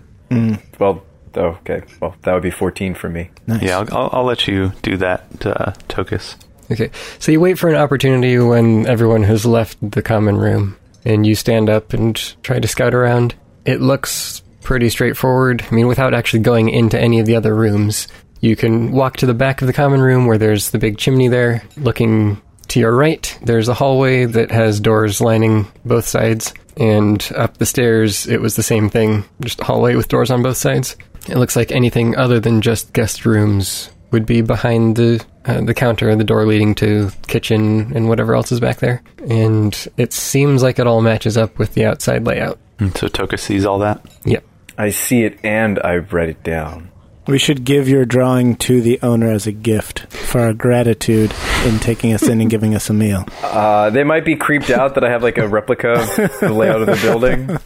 D: Well, okay. Well, that would be 14 for me.
E: Nice.
C: Yeah, I'll, I'll, I'll let you do that, uh, Tokus.
B: Okay. So you wait for an opportunity when everyone has left the common room and you stand up and try to scout around. It looks pretty straightforward. I mean, without actually going into any of the other rooms, you can walk to the back of the common room where there's the big chimney there. Looking to your right, there's a hallway that has doors lining both sides. And up the stairs, it was the same thing, just a hallway with doors on both sides. It looks like anything other than just guest rooms would be behind the uh, the counter, the door leading to kitchen and whatever else is back there. And it seems like it all matches up with the outside layout.
C: Mm, So Tokus sees all that.
B: Yep.
D: I see it and I write it down.
E: We should give your drawing to the owner as a gift for our gratitude in taking us in and giving us a meal.
D: Uh, they might be creeped out that I have like a replica of the layout of the building,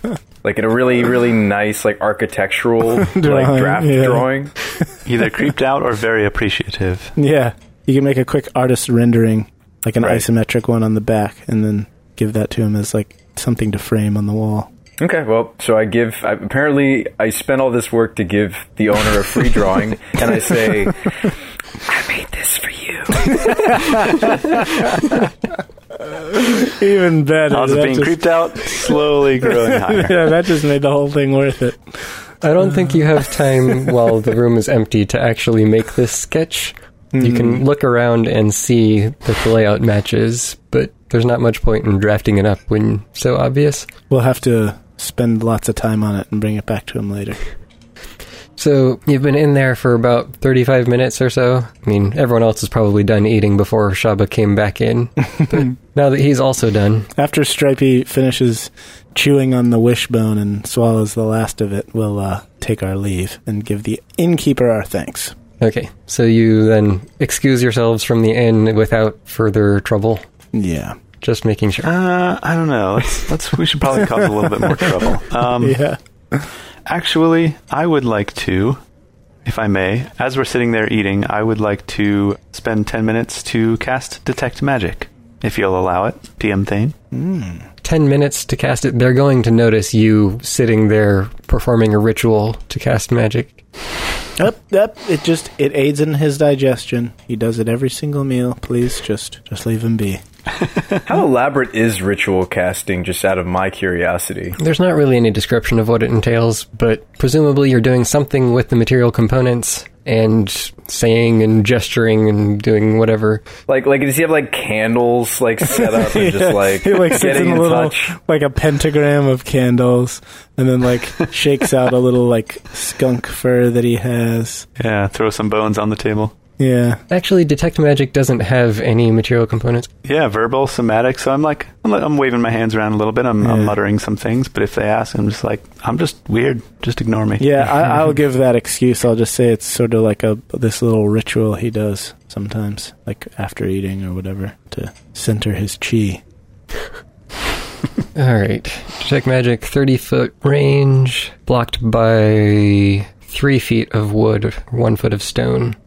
D: like in a really, really nice like architectural
E: Drawing,
D: like draft
E: yeah.
D: drawing.
C: Either creeped out or very appreciative.
E: Yeah, you can make a quick artist rendering, like an
D: Right.
E: isometric one on the back, and then give that to him as like something to frame on the wall.
D: Okay, well, so I give. I, apparently, I spent all this work to give the owner a free drawing, and I say, "I made this for you."
E: Even better.
C: I was
E: that
C: being
E: just-
C: creeped out, slowly growing higher.
E: yeah, that just made the whole thing worth it.
B: I don't think you have time while the room is empty to actually make this sketch. You can look around and see that the layout matches, but there's not much point in drafting it up when so obvious.
E: We'll have to spend lots of time on it and bring it back to him later.
B: So you've been in there for about 35 minutes or so. I mean, everyone else is probably done eating before Shaba came back in. But now that he's also done,
E: After Stripey finishes chewing on the wishbone and swallows the last of it, we'll uh, take our leave and give the innkeeper our thanks.
B: okay. So you then excuse yourselves from the inn without further trouble.
E: Yeah.
B: Just making sure.
C: Uh, I don't know. Let's, let's. We should probably cause a little bit more trouble. Um,
E: Yeah.
C: Actually, I would like to, if I may, as we're sitting there eating, I would like to spend ten minutes to cast detect magic, if you'll allow it, DM Thane.
B: 10 minutes to cast it. They're going to notice you sitting there performing a ritual to cast magic.
E: Up, up. It just it aids in his digestion. He does it every single meal. Please just just leave him be.
D: How elaborate is ritual casting? Just out of my curiosity.
B: There's not really any description of what it entails, but presumably you're doing something with the material components and saying and gesturing and doing whatever.
D: Like, like does he have like candles like set up and just like,
E: he like sits
D: getting
E: in
D: in,
E: a little
D: touch?
E: like a pentagram of candles, and then like shakes out a little like skunk fur that he has.
C: Yeah, throw some bones on the table.
E: Yeah,
B: Actually, detect magic doesn't have any material components.
C: Yeah, verbal, somatic. So I'm like, I'm, I'm waving my hands around a little bit. I'm,
E: Yeah.
C: I'm muttering some things, but if they ask, I'm just like, I'm just weird. Just ignore me.
E: yeah. I, I'll give that excuse. I'll just say it's sort of like a this little ritual he does sometimes, like after eating or whatever, to center his chi.
B: All right. Detect magic, 30 foot range, blocked by three feet of wood, one foot of stone.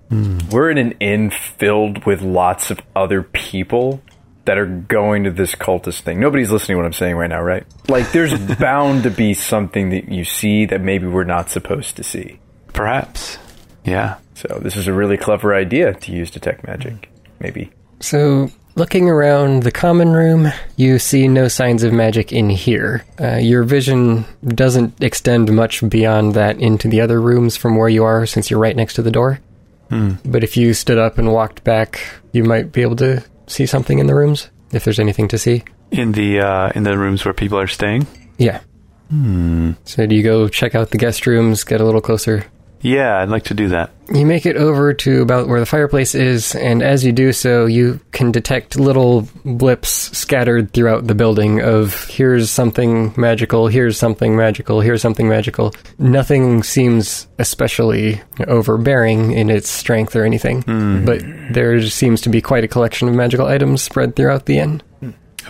D: We're in an inn filled with lots of other people that are going to this cultist thing. Nobody's listening to what I'm saying right now, right? Like, there's bound to be something that you see that maybe we're not supposed to see.
C: Perhaps. Yeah.
D: So this is a really clever idea to use detect magic. Maybe.
B: So, looking around the common room, you see no signs of magic in here. Uh, your vision doesn't extend much beyond that into the other rooms from where you are, since you're right next to the door. But if you stood up and walked back, you might be able to see something in the rooms, if there's anything to see.
C: In the uh, in the rooms where people are staying.
B: Yeah. So, do you go check out the guest rooms, get a little closer?
C: Yeah, I'd like to do that.
B: You make it over to about where the fireplace is, and as you do so, you can detect little blips scattered throughout the building of here's something magical, here's something magical, here's something magical. Nothing seems especially overbearing in its strength or anything, but there seems to be quite a collection of magical items spread throughout the inn.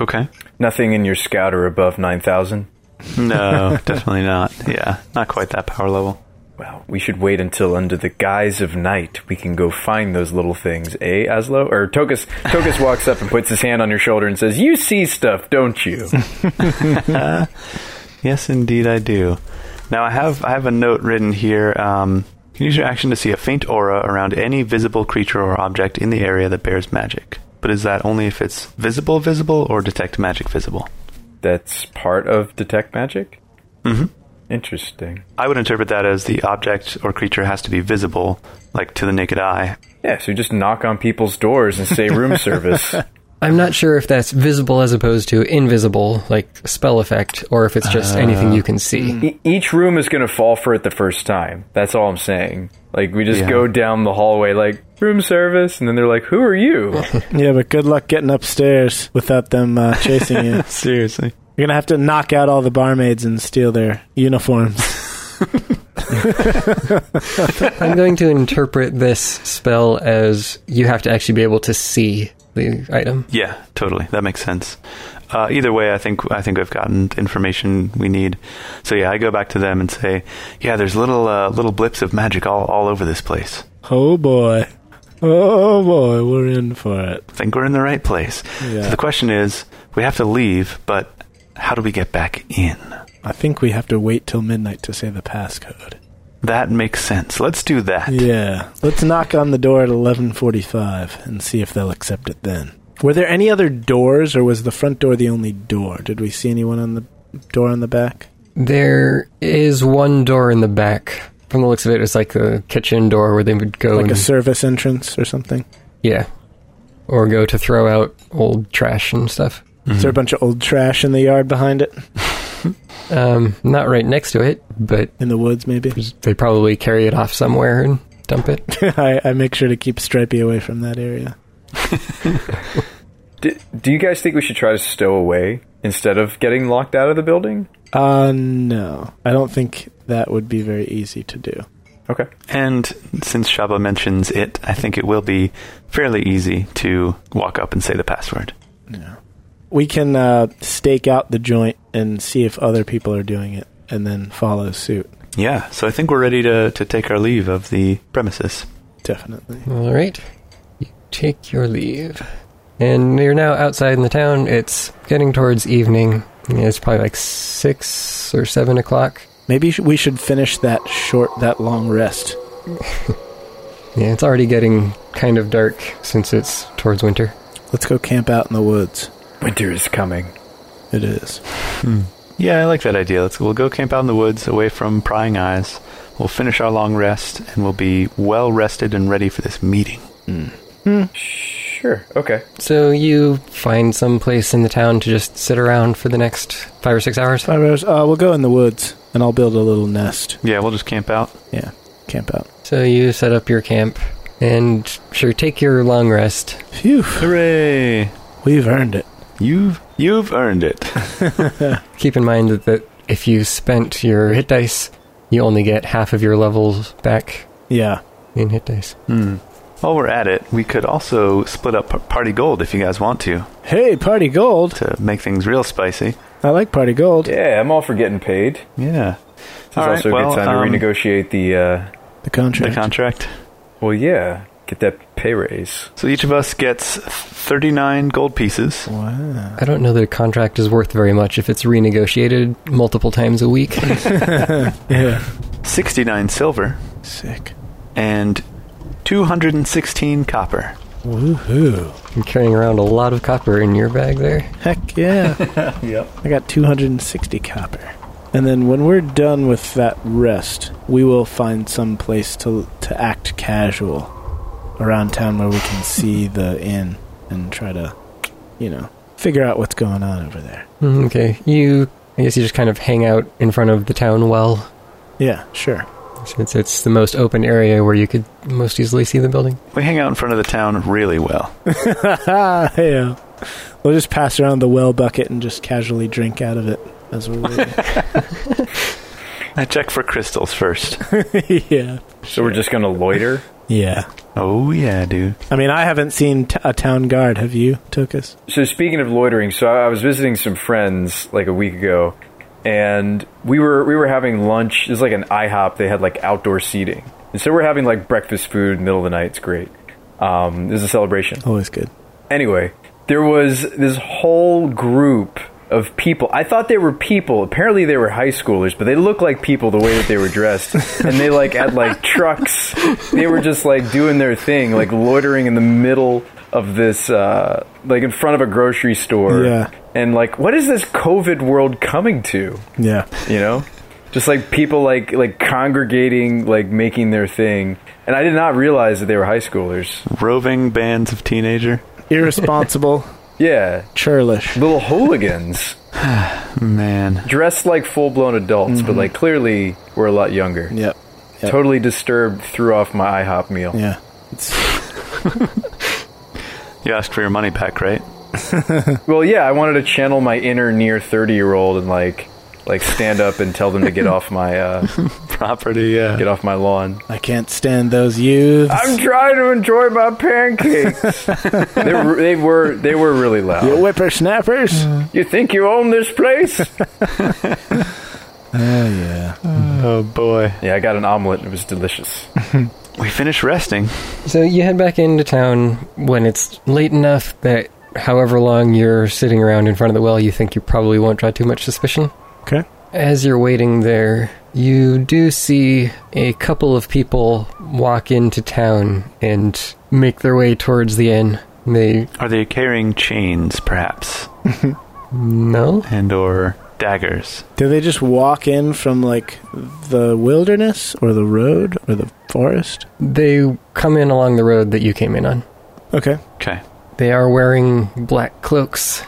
C: Okay.
D: Nothing in your scout or above 9,000.
C: No, definitely not. Yeah, not quite that power level.
D: Well, we should wait until under the guise of night we can go find those little things, eh, Aslo? Or Tokus Tokus walks up and puts his hand on your shoulder and says, You see stuff, don't you?
C: Yes, indeed, I do. Now I have I have a note written here. Um, you can use your action to see a faint aura around any visible creature or object in the area that bears magic. But is that only if it's visible, visible, or detect magic visible?
D: That's part of detect magic?
C: Mhm.
D: Interesting.
C: I would interpret that as the object or creature has to be visible, like to the naked eye.
D: Yeah, so you just knock on people's doors and say room service.
B: I'm not sure if that's visible as opposed to invisible, like spell effect, or if it's just anything you can see.
D: E- each room is going to fall for it the first time. That's all I'm saying. Like, we just
C: Yeah.
D: go down the hallway, like, room service, and then they're like, Who are you?
E: Yeah, but good luck getting upstairs without them uh, chasing you.
C: Seriously.
E: You're gonna have to knock out all the barmaids and steal their uniforms.
B: I'm going to interpret this spell as you have to actually be able to see the item.
C: Yeah, totally. That makes sense. Uh, either way, I think I think I've gotten the information we need. So yeah, I go back to them and say, yeah, there's little uh, little blips of magic all, all over this place.
E: Oh boy. Oh boy, we're in for it.
C: I think we're in the right place.
E: Yeah.
C: So the question is, we have to leave, but How do we get back in?
E: I think we have to wait till midnight to say the passcode.
C: That makes sense. Let's do that.
E: Yeah. Let's knock on the door at 11:45 and see if they'll accept it then. Were there any other doors or was the front door the only door? Did we see anyone on the door on the back?
B: There is one door in the back. From the looks of it, it's like the kitchen door where they would go.
E: Like
B: and-
E: a service entrance or something?
B: yeah. Or go to throw out old trash and stuff.
E: Is there a bunch of old trash in the yard behind it?
B: Um, not right next to it, but
E: In the woods maybe?
B: they probably carry it off somewhere and dump it.
E: I, I make sure to keep Stripey away from that area.
D: D- do you guys think we should try to stow away instead of getting locked out of the building?
E: Uh no. I don't think that would be very easy to do.
D: Okay.
C: And since Shaba mentions it, I think it will be fairly easy to walk up and say the password.
E: We can uh, stake out the joint and see if other people are doing it and then follow suit.
C: Yeah, so I think we're ready to, to take our leave of the premises.
E: Definitely.
B: All right. You take your leave. And you're now outside in the town. It's getting towards evening. Yeah, It's probably like 6 or 7 o'clock.
E: Maybe sh- we should finish that short, that long rest.
B: Yeah, it's already getting kind of dark since it's towards winter.
E: Let's go camp out in the woods.
D: Winter is coming.
E: It is.
C: Yeah, I like that idea. Let's we'll go camp out in the woods away from prying eyes. We'll finish our long rest and we'll be well rested and ready for this meeting.
D: Sure. Okay.
B: So you find some place in the town to just sit around for the next 5 or 6 hours.
E: Five hours. Uh, we'll go in the woods, and I'll build a little nest.
C: Yeah, we'll just camp out.
E: Yeah, camp out.
B: So you set up your camp and sure take your long rest.
E: Phew,
C: Hooray!
E: we've earned it.
C: You've you've earned it.
B: Keep in mind that, that if you spent your hit dice, you only get half of your levels back
E: Yeah,
B: in hit dice.
C: Hmm. While we're at it, we could also split up p- party gold if you guys want to
E: Hey, Party Gold.
C: to make things real spicy.
E: I like Party Gold.
D: Yeah, I'm all for getting paid.
C: Yeah.
D: It's
C: All right,
D: also a
C: well,
D: good time
C: um,
D: to renegotiate the. Uh,
E: The contract.
C: The contract.
D: well, yeah, get that pay raise.
C: So each of us gets 39 gold pieces.
E: wow.
B: I don't know that a contract is worth very much if it's renegotiated multiple times a week.
E: Yeah.
C: 69 silver
E: Sick.
C: and 216 copper.
E: Woohoo.
B: You're carrying around a lot of copper in your bag there.
E: Heck yeah.
D: Yep.
E: I got 260 copper. And then when we're done with that rest, we will find some place to to act casual around town where we can see the inn and try to, you know, figure out what's going on over there.
B: Mm, Okay, you. I guess you just kind of hang out in front of the town well,
E: Yeah, sure.
B: since it's the most open area where you could most easily see the building.
C: We hang out in front of the town really well.
E: yeah. We'll just pass around the well bucket and just casually drink out of it as we're waiting.
C: I check for crystals first.
E: yeah.
D: So we're just gonna loiter.
E: Yeah.
C: Oh yeah, dude.
E: I mean, I haven't seen t- a town guard. Have you, Tokus?
D: So speaking of loitering, so I was visiting some friends like a week ago, and we were we were having lunch. It was like an IHOP. They had like outdoor seating, and so we're having like breakfast food middle of the night. It's great. Um, this is a celebration.
E: Always good.
D: Anyway, there was this whole group of people. I thought they were people. Apparently, they were high schoolers, but they looked like people the way that they were dressed. and they like had like trucks. They were just like doing their thing, like loitering in the middle of this, uh, like in front of a grocery store.
E: Yeah.
D: And like, what is this COVID world coming to?
E: Yeah.
D: you know just like people like like congregating like making their thing and i did not realize that they were high schoolers
C: Roving bands of teenager.
E: Irresponsible,
D: yeah
E: churlish.
D: little hooligans
C: Man.
D: dressed like full-blown adults but like clearly were a lot younger
E: Yep. Yep.
D: totally disturbed threw off my ihop meal
E: Yeah. It's
C: You asked for your money back, right?
D: well yeah i wanted to channel my inner near 30 year old and like like stand up and tell them to get off my uh
C: Property, yeah.
D: get off my lawn
E: I can't stand those youths.
D: i'm trying to enjoy my pancakes they, were, they were they were really loud
E: you whippersnappers.
D: You think you own this place?
E: Oh yeah.
C: Oh boy.
D: yeah, I got an omelet. and It was delicious.
C: We finished resting.
B: So you head back into town when it's late enough that however long you're sitting around in front of the well, you think you probably won't draw too much suspicion.
E: Okay.
B: As you're waiting there, you do see a couple of people walk into town and make their way towards the inn. They
C: Are they carrying chains, perhaps,
B: no.
C: and or daggers?
E: Do they just walk in from like the wilderness or the road or the forest?
B: They come in along the road that you came in on.
E: Okay.
C: Okay.
B: They are wearing black cloaks.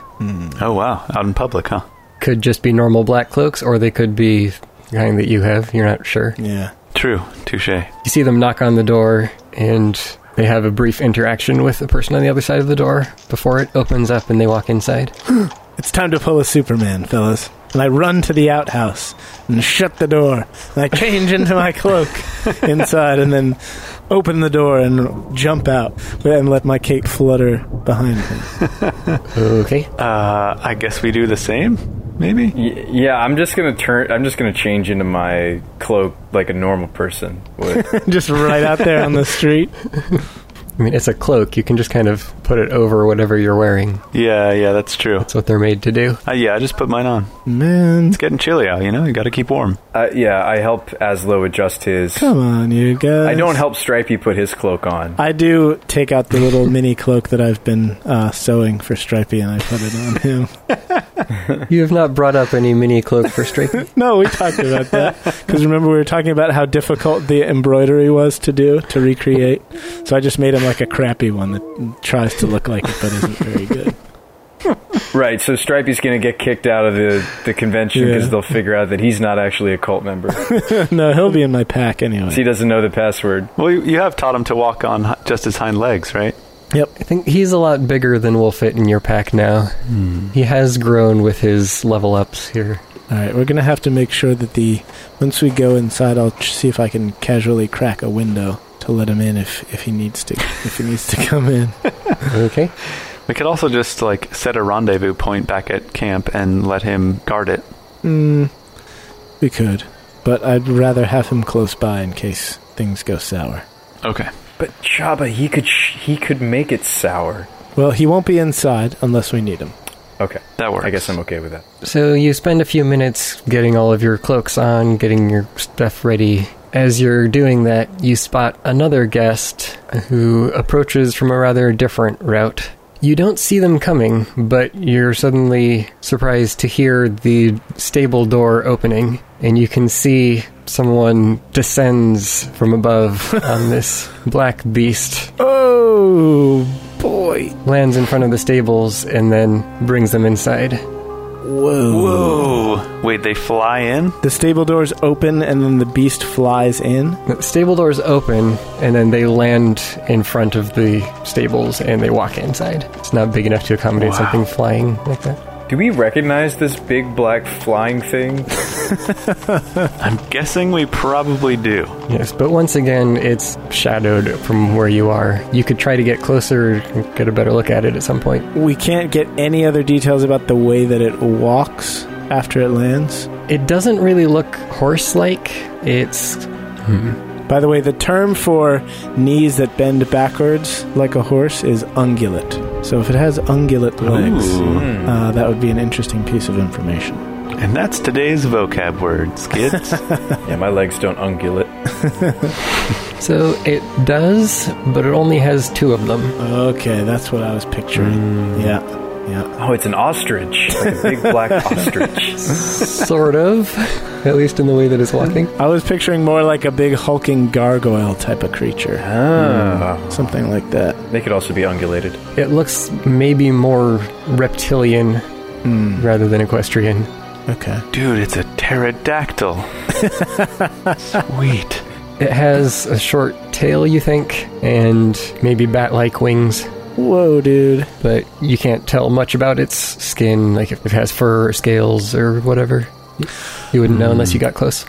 C: Oh wow, out in public, huh?
B: Could just be normal black cloaks, or they could be the kind that you have. You're not sure.
E: Yeah.
C: True. Touche.
B: You see them knock on the door, and they have a brief interaction with the person on the other side of the door before it opens up and they walk inside.
E: It's time to pull a Superman, fellas. And I run to the outhouse and shut the door. And I change into my cloak inside and then open the door and jump out and let my cape flutter behind me.
B: Okay.
C: Uh, I guess we do the same, maybe.
D: Y- yeah, I'm just gonna turn. I'm just gonna change into my cloak like a normal person would.
E: just right out there on the street.
B: I mean, it's a cloak. You can just kind of put it over whatever you're wearing.
C: Yeah, yeah, that's true.
B: That's what they're made to do.
C: Uh, yeah, I just put mine on.
E: Man,
C: It's getting chilly out, you know. You got to keep warm.
D: uh, yeah, I help Aslo adjust his.
E: come on, you guys.
D: I don't help Stripey put his cloak on.
E: I do take out the little mini cloak that I've been uh, sewing for Stripey and I put it on him.
B: You have not brought up any mini cloak for Stripey.
E: No, we talked about that. Because remember, we were talking about how difficult the embroidery was to do, to recreate. So I just made him like a crappy one that tries to look like it but isn't very good.
D: Right, so Stripey's gonna get kicked out of the the convention because
E: Yeah.
D: they'll figure out that he's not actually a cult member. 'Cause
E: no, he'll be in my pack anyway.
D: he doesn't know the password.
C: Well, you, you have taught him to walk on h- just his hind legs, right?
B: I think he's a lot bigger than will fit in your pack now. He has grown with his level ups here.
E: All right, we're going to have to make sure that the. Once we go inside, I'll ch- see if I can casually crack a window. To let him in if, if he needs to if he needs to come in.
B: Okay.
C: We could also just like set a rendezvous point back at camp and let him guard it.
E: Mm, we could, but I'd rather have him close by in case things go sour.
C: Okay.
D: But Chaba, he could sh- he could make it sour.
E: Well, he won't be inside unless we need him.
D: Okay,
C: That works.
D: I guess I'm okay with that.
B: So you spend a few minutes getting all of your cloaks on, getting your stuff ready. As you're doing that, you spot another guest who approaches from a rather different route. You don't see them coming, but you're suddenly surprised to hear the stable door opening, and you can see someone descends from above on this black beast,
E: Oh boy!
B: lands in front of the stables, and then brings them inside.
E: Whoa!
C: Whoa! Wait, they fly in?
E: The stable doors open, and then the beast flies in.
B: The stable doors open, and then they land in front of the stables and they walk inside. It's not big enough to accommodate
C: Wow.
B: something flying like that.
D: Do we recognize this big black flying thing?
C: I'm guessing we probably do.
B: Yes, but once again, it's shadowed from where you are. You could try to get closer, get a better look at it at some point.
E: We can't get any other details about the way that it walks after it lands.
B: It doesn't really look horse like. It's.
E: By the way, the term for knees that bend backwards like a horse is ungulate. So if it has ungulate legs,
C: Ooh.
E: uh, that would be an interesting piece of information.
C: And that's today's vocab word, kids.
D: Yeah, my legs don't ungulate.
B: So it does, but it only has two of them.
E: Okay, that's what I was picturing. Yeah, yeah.
D: Oh, it's an ostrich, like a big black ostrich.
B: sort of. At least in the way that it's walking.
E: I was picturing more like a big hulking gargoyle type of creature,
D: Ah,
E: something like that.
D: they could also be ungulated.
B: It looks maybe more reptilian rather than equestrian.
E: Okay.
C: Dude, it's a pterodactyl. Sweet.
B: It has a short tail, you think, and maybe bat like wings,
E: Whoa, dude.
B: but you can't tell much about its skin, like if it has fur or scales or whatever. You wouldn't know unless you got close.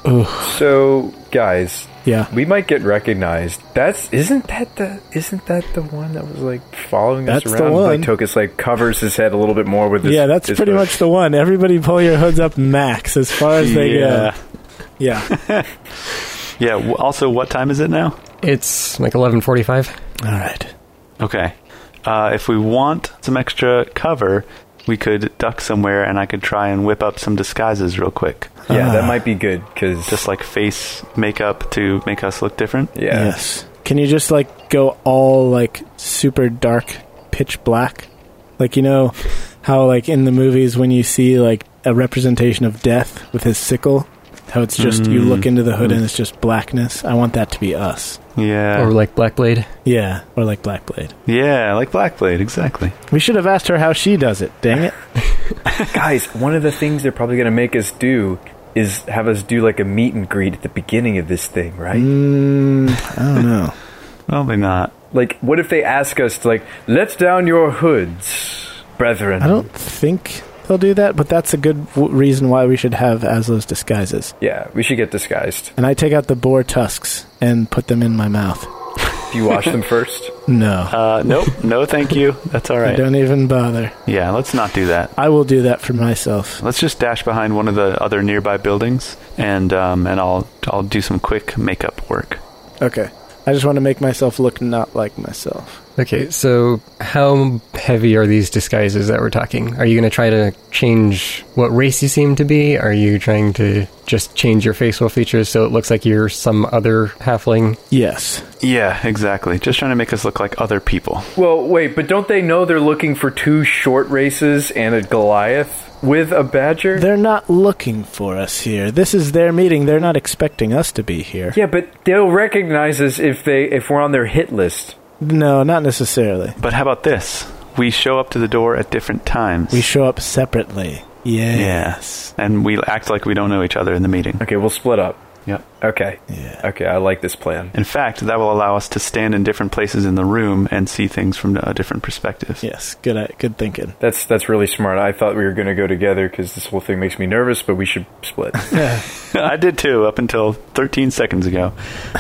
D: So, guys,
E: Yeah.
D: we might get recognized. That's isn't that the isn't that the one that was like following us
E: That's the
D: around?
E: one.
D: Like Tokus like covers his head a little bit more with his
E: yeah, that's
D: his
E: pretty
D: hood.
E: much the one. Everybody pull your hoods up max as far as they uh,
C: yeah.
E: go. Yeah.
C: Yeah. w- Also, what time is it now?
B: It's like 11:45.
E: All right.
C: Okay. uh, if we want some extra cover, we could duck somewhere, and I could try and whip up some disguises real quick,
D: Yeah,
E: Ah.
D: that might be good because
C: just like face makeup to make us look different.
D: yeah,
E: Yes. Can you just like go all like super dark, pitch black? Like you know how like in the movies when you see like a representation of death with his sickle, how it's just you
C: Mm.
E: look into the hood and it's just blackness. I want that to be us.
C: Yeah,
B: or like Black Blade.
E: Yeah, or like Black Blade.
C: yeah, like Blackblade, exactly.
E: We should have asked her how she does it. Dang it.
D: guys, one of the things they're probably gonna make us do is have us do like a meet and greet at the beginning of this thing, right?
E: Mm, I don't know.
C: Probably not.
D: Like, what if they ask us to like let down your hoods, brethren?
E: I don't think they'll do that, but that's a good w- reason why we should have Aslo's disguises.
D: Yeah, we should get disguised.
E: And I take out the boar tusks and put them in my mouth.
D: Do you wash them first?
E: No.
C: Uh, nope, no, thank you. That's all
E: I
C: right.
E: don't even bother.
C: Yeah, let's not do that.
E: I will do that for myself.
C: Let's just dash behind one of the other nearby buildings, and um, and I'll I'll do some quick makeup work.
E: Okay. I just want to make myself look not like myself.
B: Okay, so how heavy are these disguises that we're talking? Are you going to try to change what race you seem to be? Are you trying to just change your facial features so it looks like you're some other halfling?
E: Yes.
C: Yeah, exactly. Just trying to make us look like other people.
D: Well, wait, but don't they know they're looking for two short races and a Goliath with a badger?
E: They're not looking for us here. This is their meeting. They're not expecting us to be here.
D: yeah, but they'll recognize us if they if we're on their hit list.
E: No, not necessarily.
C: But how about this? We show up to the door at different times.
E: We show up separately. Yes.
C: yes, and we act like we don't know each other in the meeting.
D: Okay, we'll split up.
C: Yep.
D: Okay.
E: Yeah.
D: Okay, I like this plan.
C: In fact, that will allow us to stand in different places in the room and see things from a different perspective.
E: Yes. Good. i- Good thinking.
D: That's that's really smart. I thought we were going to go together cuz this whole thing makes me nervous, but we should split.
C: I did too, up until 13 seconds ago.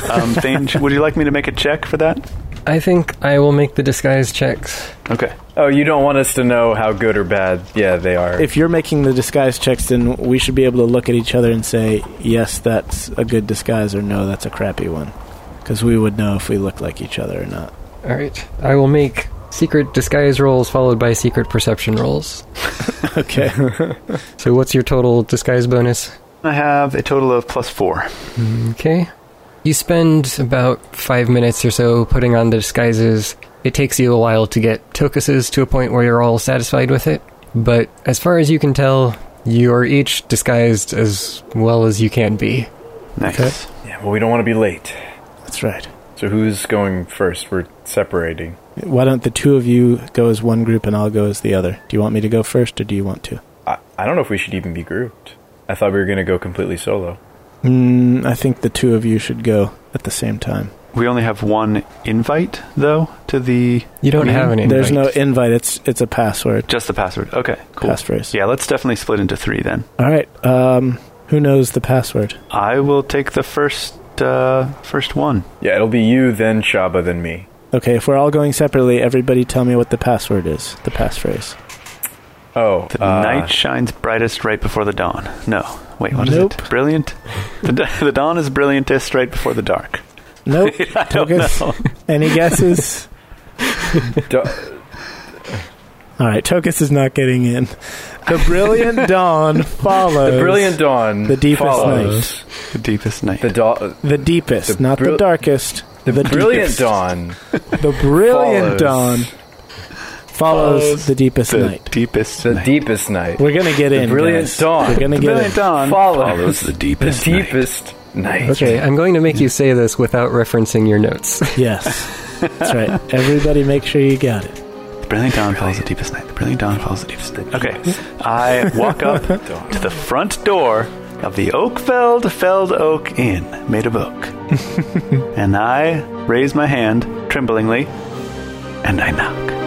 C: Um, Thane, would you like me to make a check for that?
B: I think I will make the disguise checks.
C: Okay.
D: oh, you don't want us to know how good or bad yeah, they are.
E: If you're making the disguise checks, then we should be able to look at each other and say, yes, that's a good disguise, or no, that's a crappy one. Because we would know if we look like each other or not.
B: All right, I will make secret disguise rolls followed by secret perception rolls.
E: Okay.
B: So what's your total disguise bonus?
C: I have a total of plus four.
B: Okay. You spend about five minutes or so putting on the disguises. It takes you a while to get Tokuses to a point where you're all satisfied with it. But as far as you can tell, you are each disguised as well as you can be.
C: Nice.
B: Okay.
D: yeah, well, we don't want to be late.
E: that's right.
D: So who's going first? We're separating.
E: Why don't the two of you go as one group and I'll go as the other? Do you want me to go first or do you want to?
D: I, I don't know if we should even be grouped. I thought we were going to go completely solo.
E: Mm, I think the two of you should go at the same time.
C: We only have one invite, though, to the.
B: You don't
C: Yeah,
B: have an invite.
E: Mm-hmm. There's no invite. It's it's a password.
C: Just the password. Okay, cool.
E: Passphrase.
C: Yeah, let's definitely split into three then.
E: All right. Um, who knows the password?
C: I will take the first uh, first one.
D: Yeah, it'll be you, then Shaba, then me.
E: Okay. If we're all going separately, everybody tell me what the password is. The passphrase.
D: Oh,
C: The
D: uh,
C: night shines brightest right before the dawn. No, wait, what is
E: Nope.
C: it? Brilliant. The, da- the dawn is brilliantest right before the dark.
E: Nope.
C: I don't
E: Tokus,
C: know.
E: Any guesses?
D: do-
E: all right. Tokus is not getting in. The brilliant dawn follows.
D: the brilliant dawn.
E: The deepest
D: follows
C: The deepest night.
D: The da-
E: The deepest,
D: The
E: not the
D: bril-
E: darkest.
D: the, brilliant
E: deepest.
D: dawn.
E: The brilliant
D: follows
E: dawn follows,
C: Follows
E: the deepest
C: The
E: night.
C: deepest
D: The
C: night.
D: deepest night.
E: We're gonna get in.
D: brilliant
E: guys.
D: dawn.
E: We're gonna
C: The
E: get
C: brilliant
E: in.
C: dawn
D: follows
C: the deepest
D: the
C: night.
D: deepest night.
B: Okay, I'm going to
E: Mm-hmm.
B: make you say this without referencing your notes.
E: Yes, that's right. Everybody, make sure you got it.
C: The brilliant dawn follows the deepest night. The brilliant dawn follows the deepest night. Okay. I walk up to the front door of the Oakfeld Feld Oak Inn, made of oak. and I raise my hand, tremblingly, and I knock.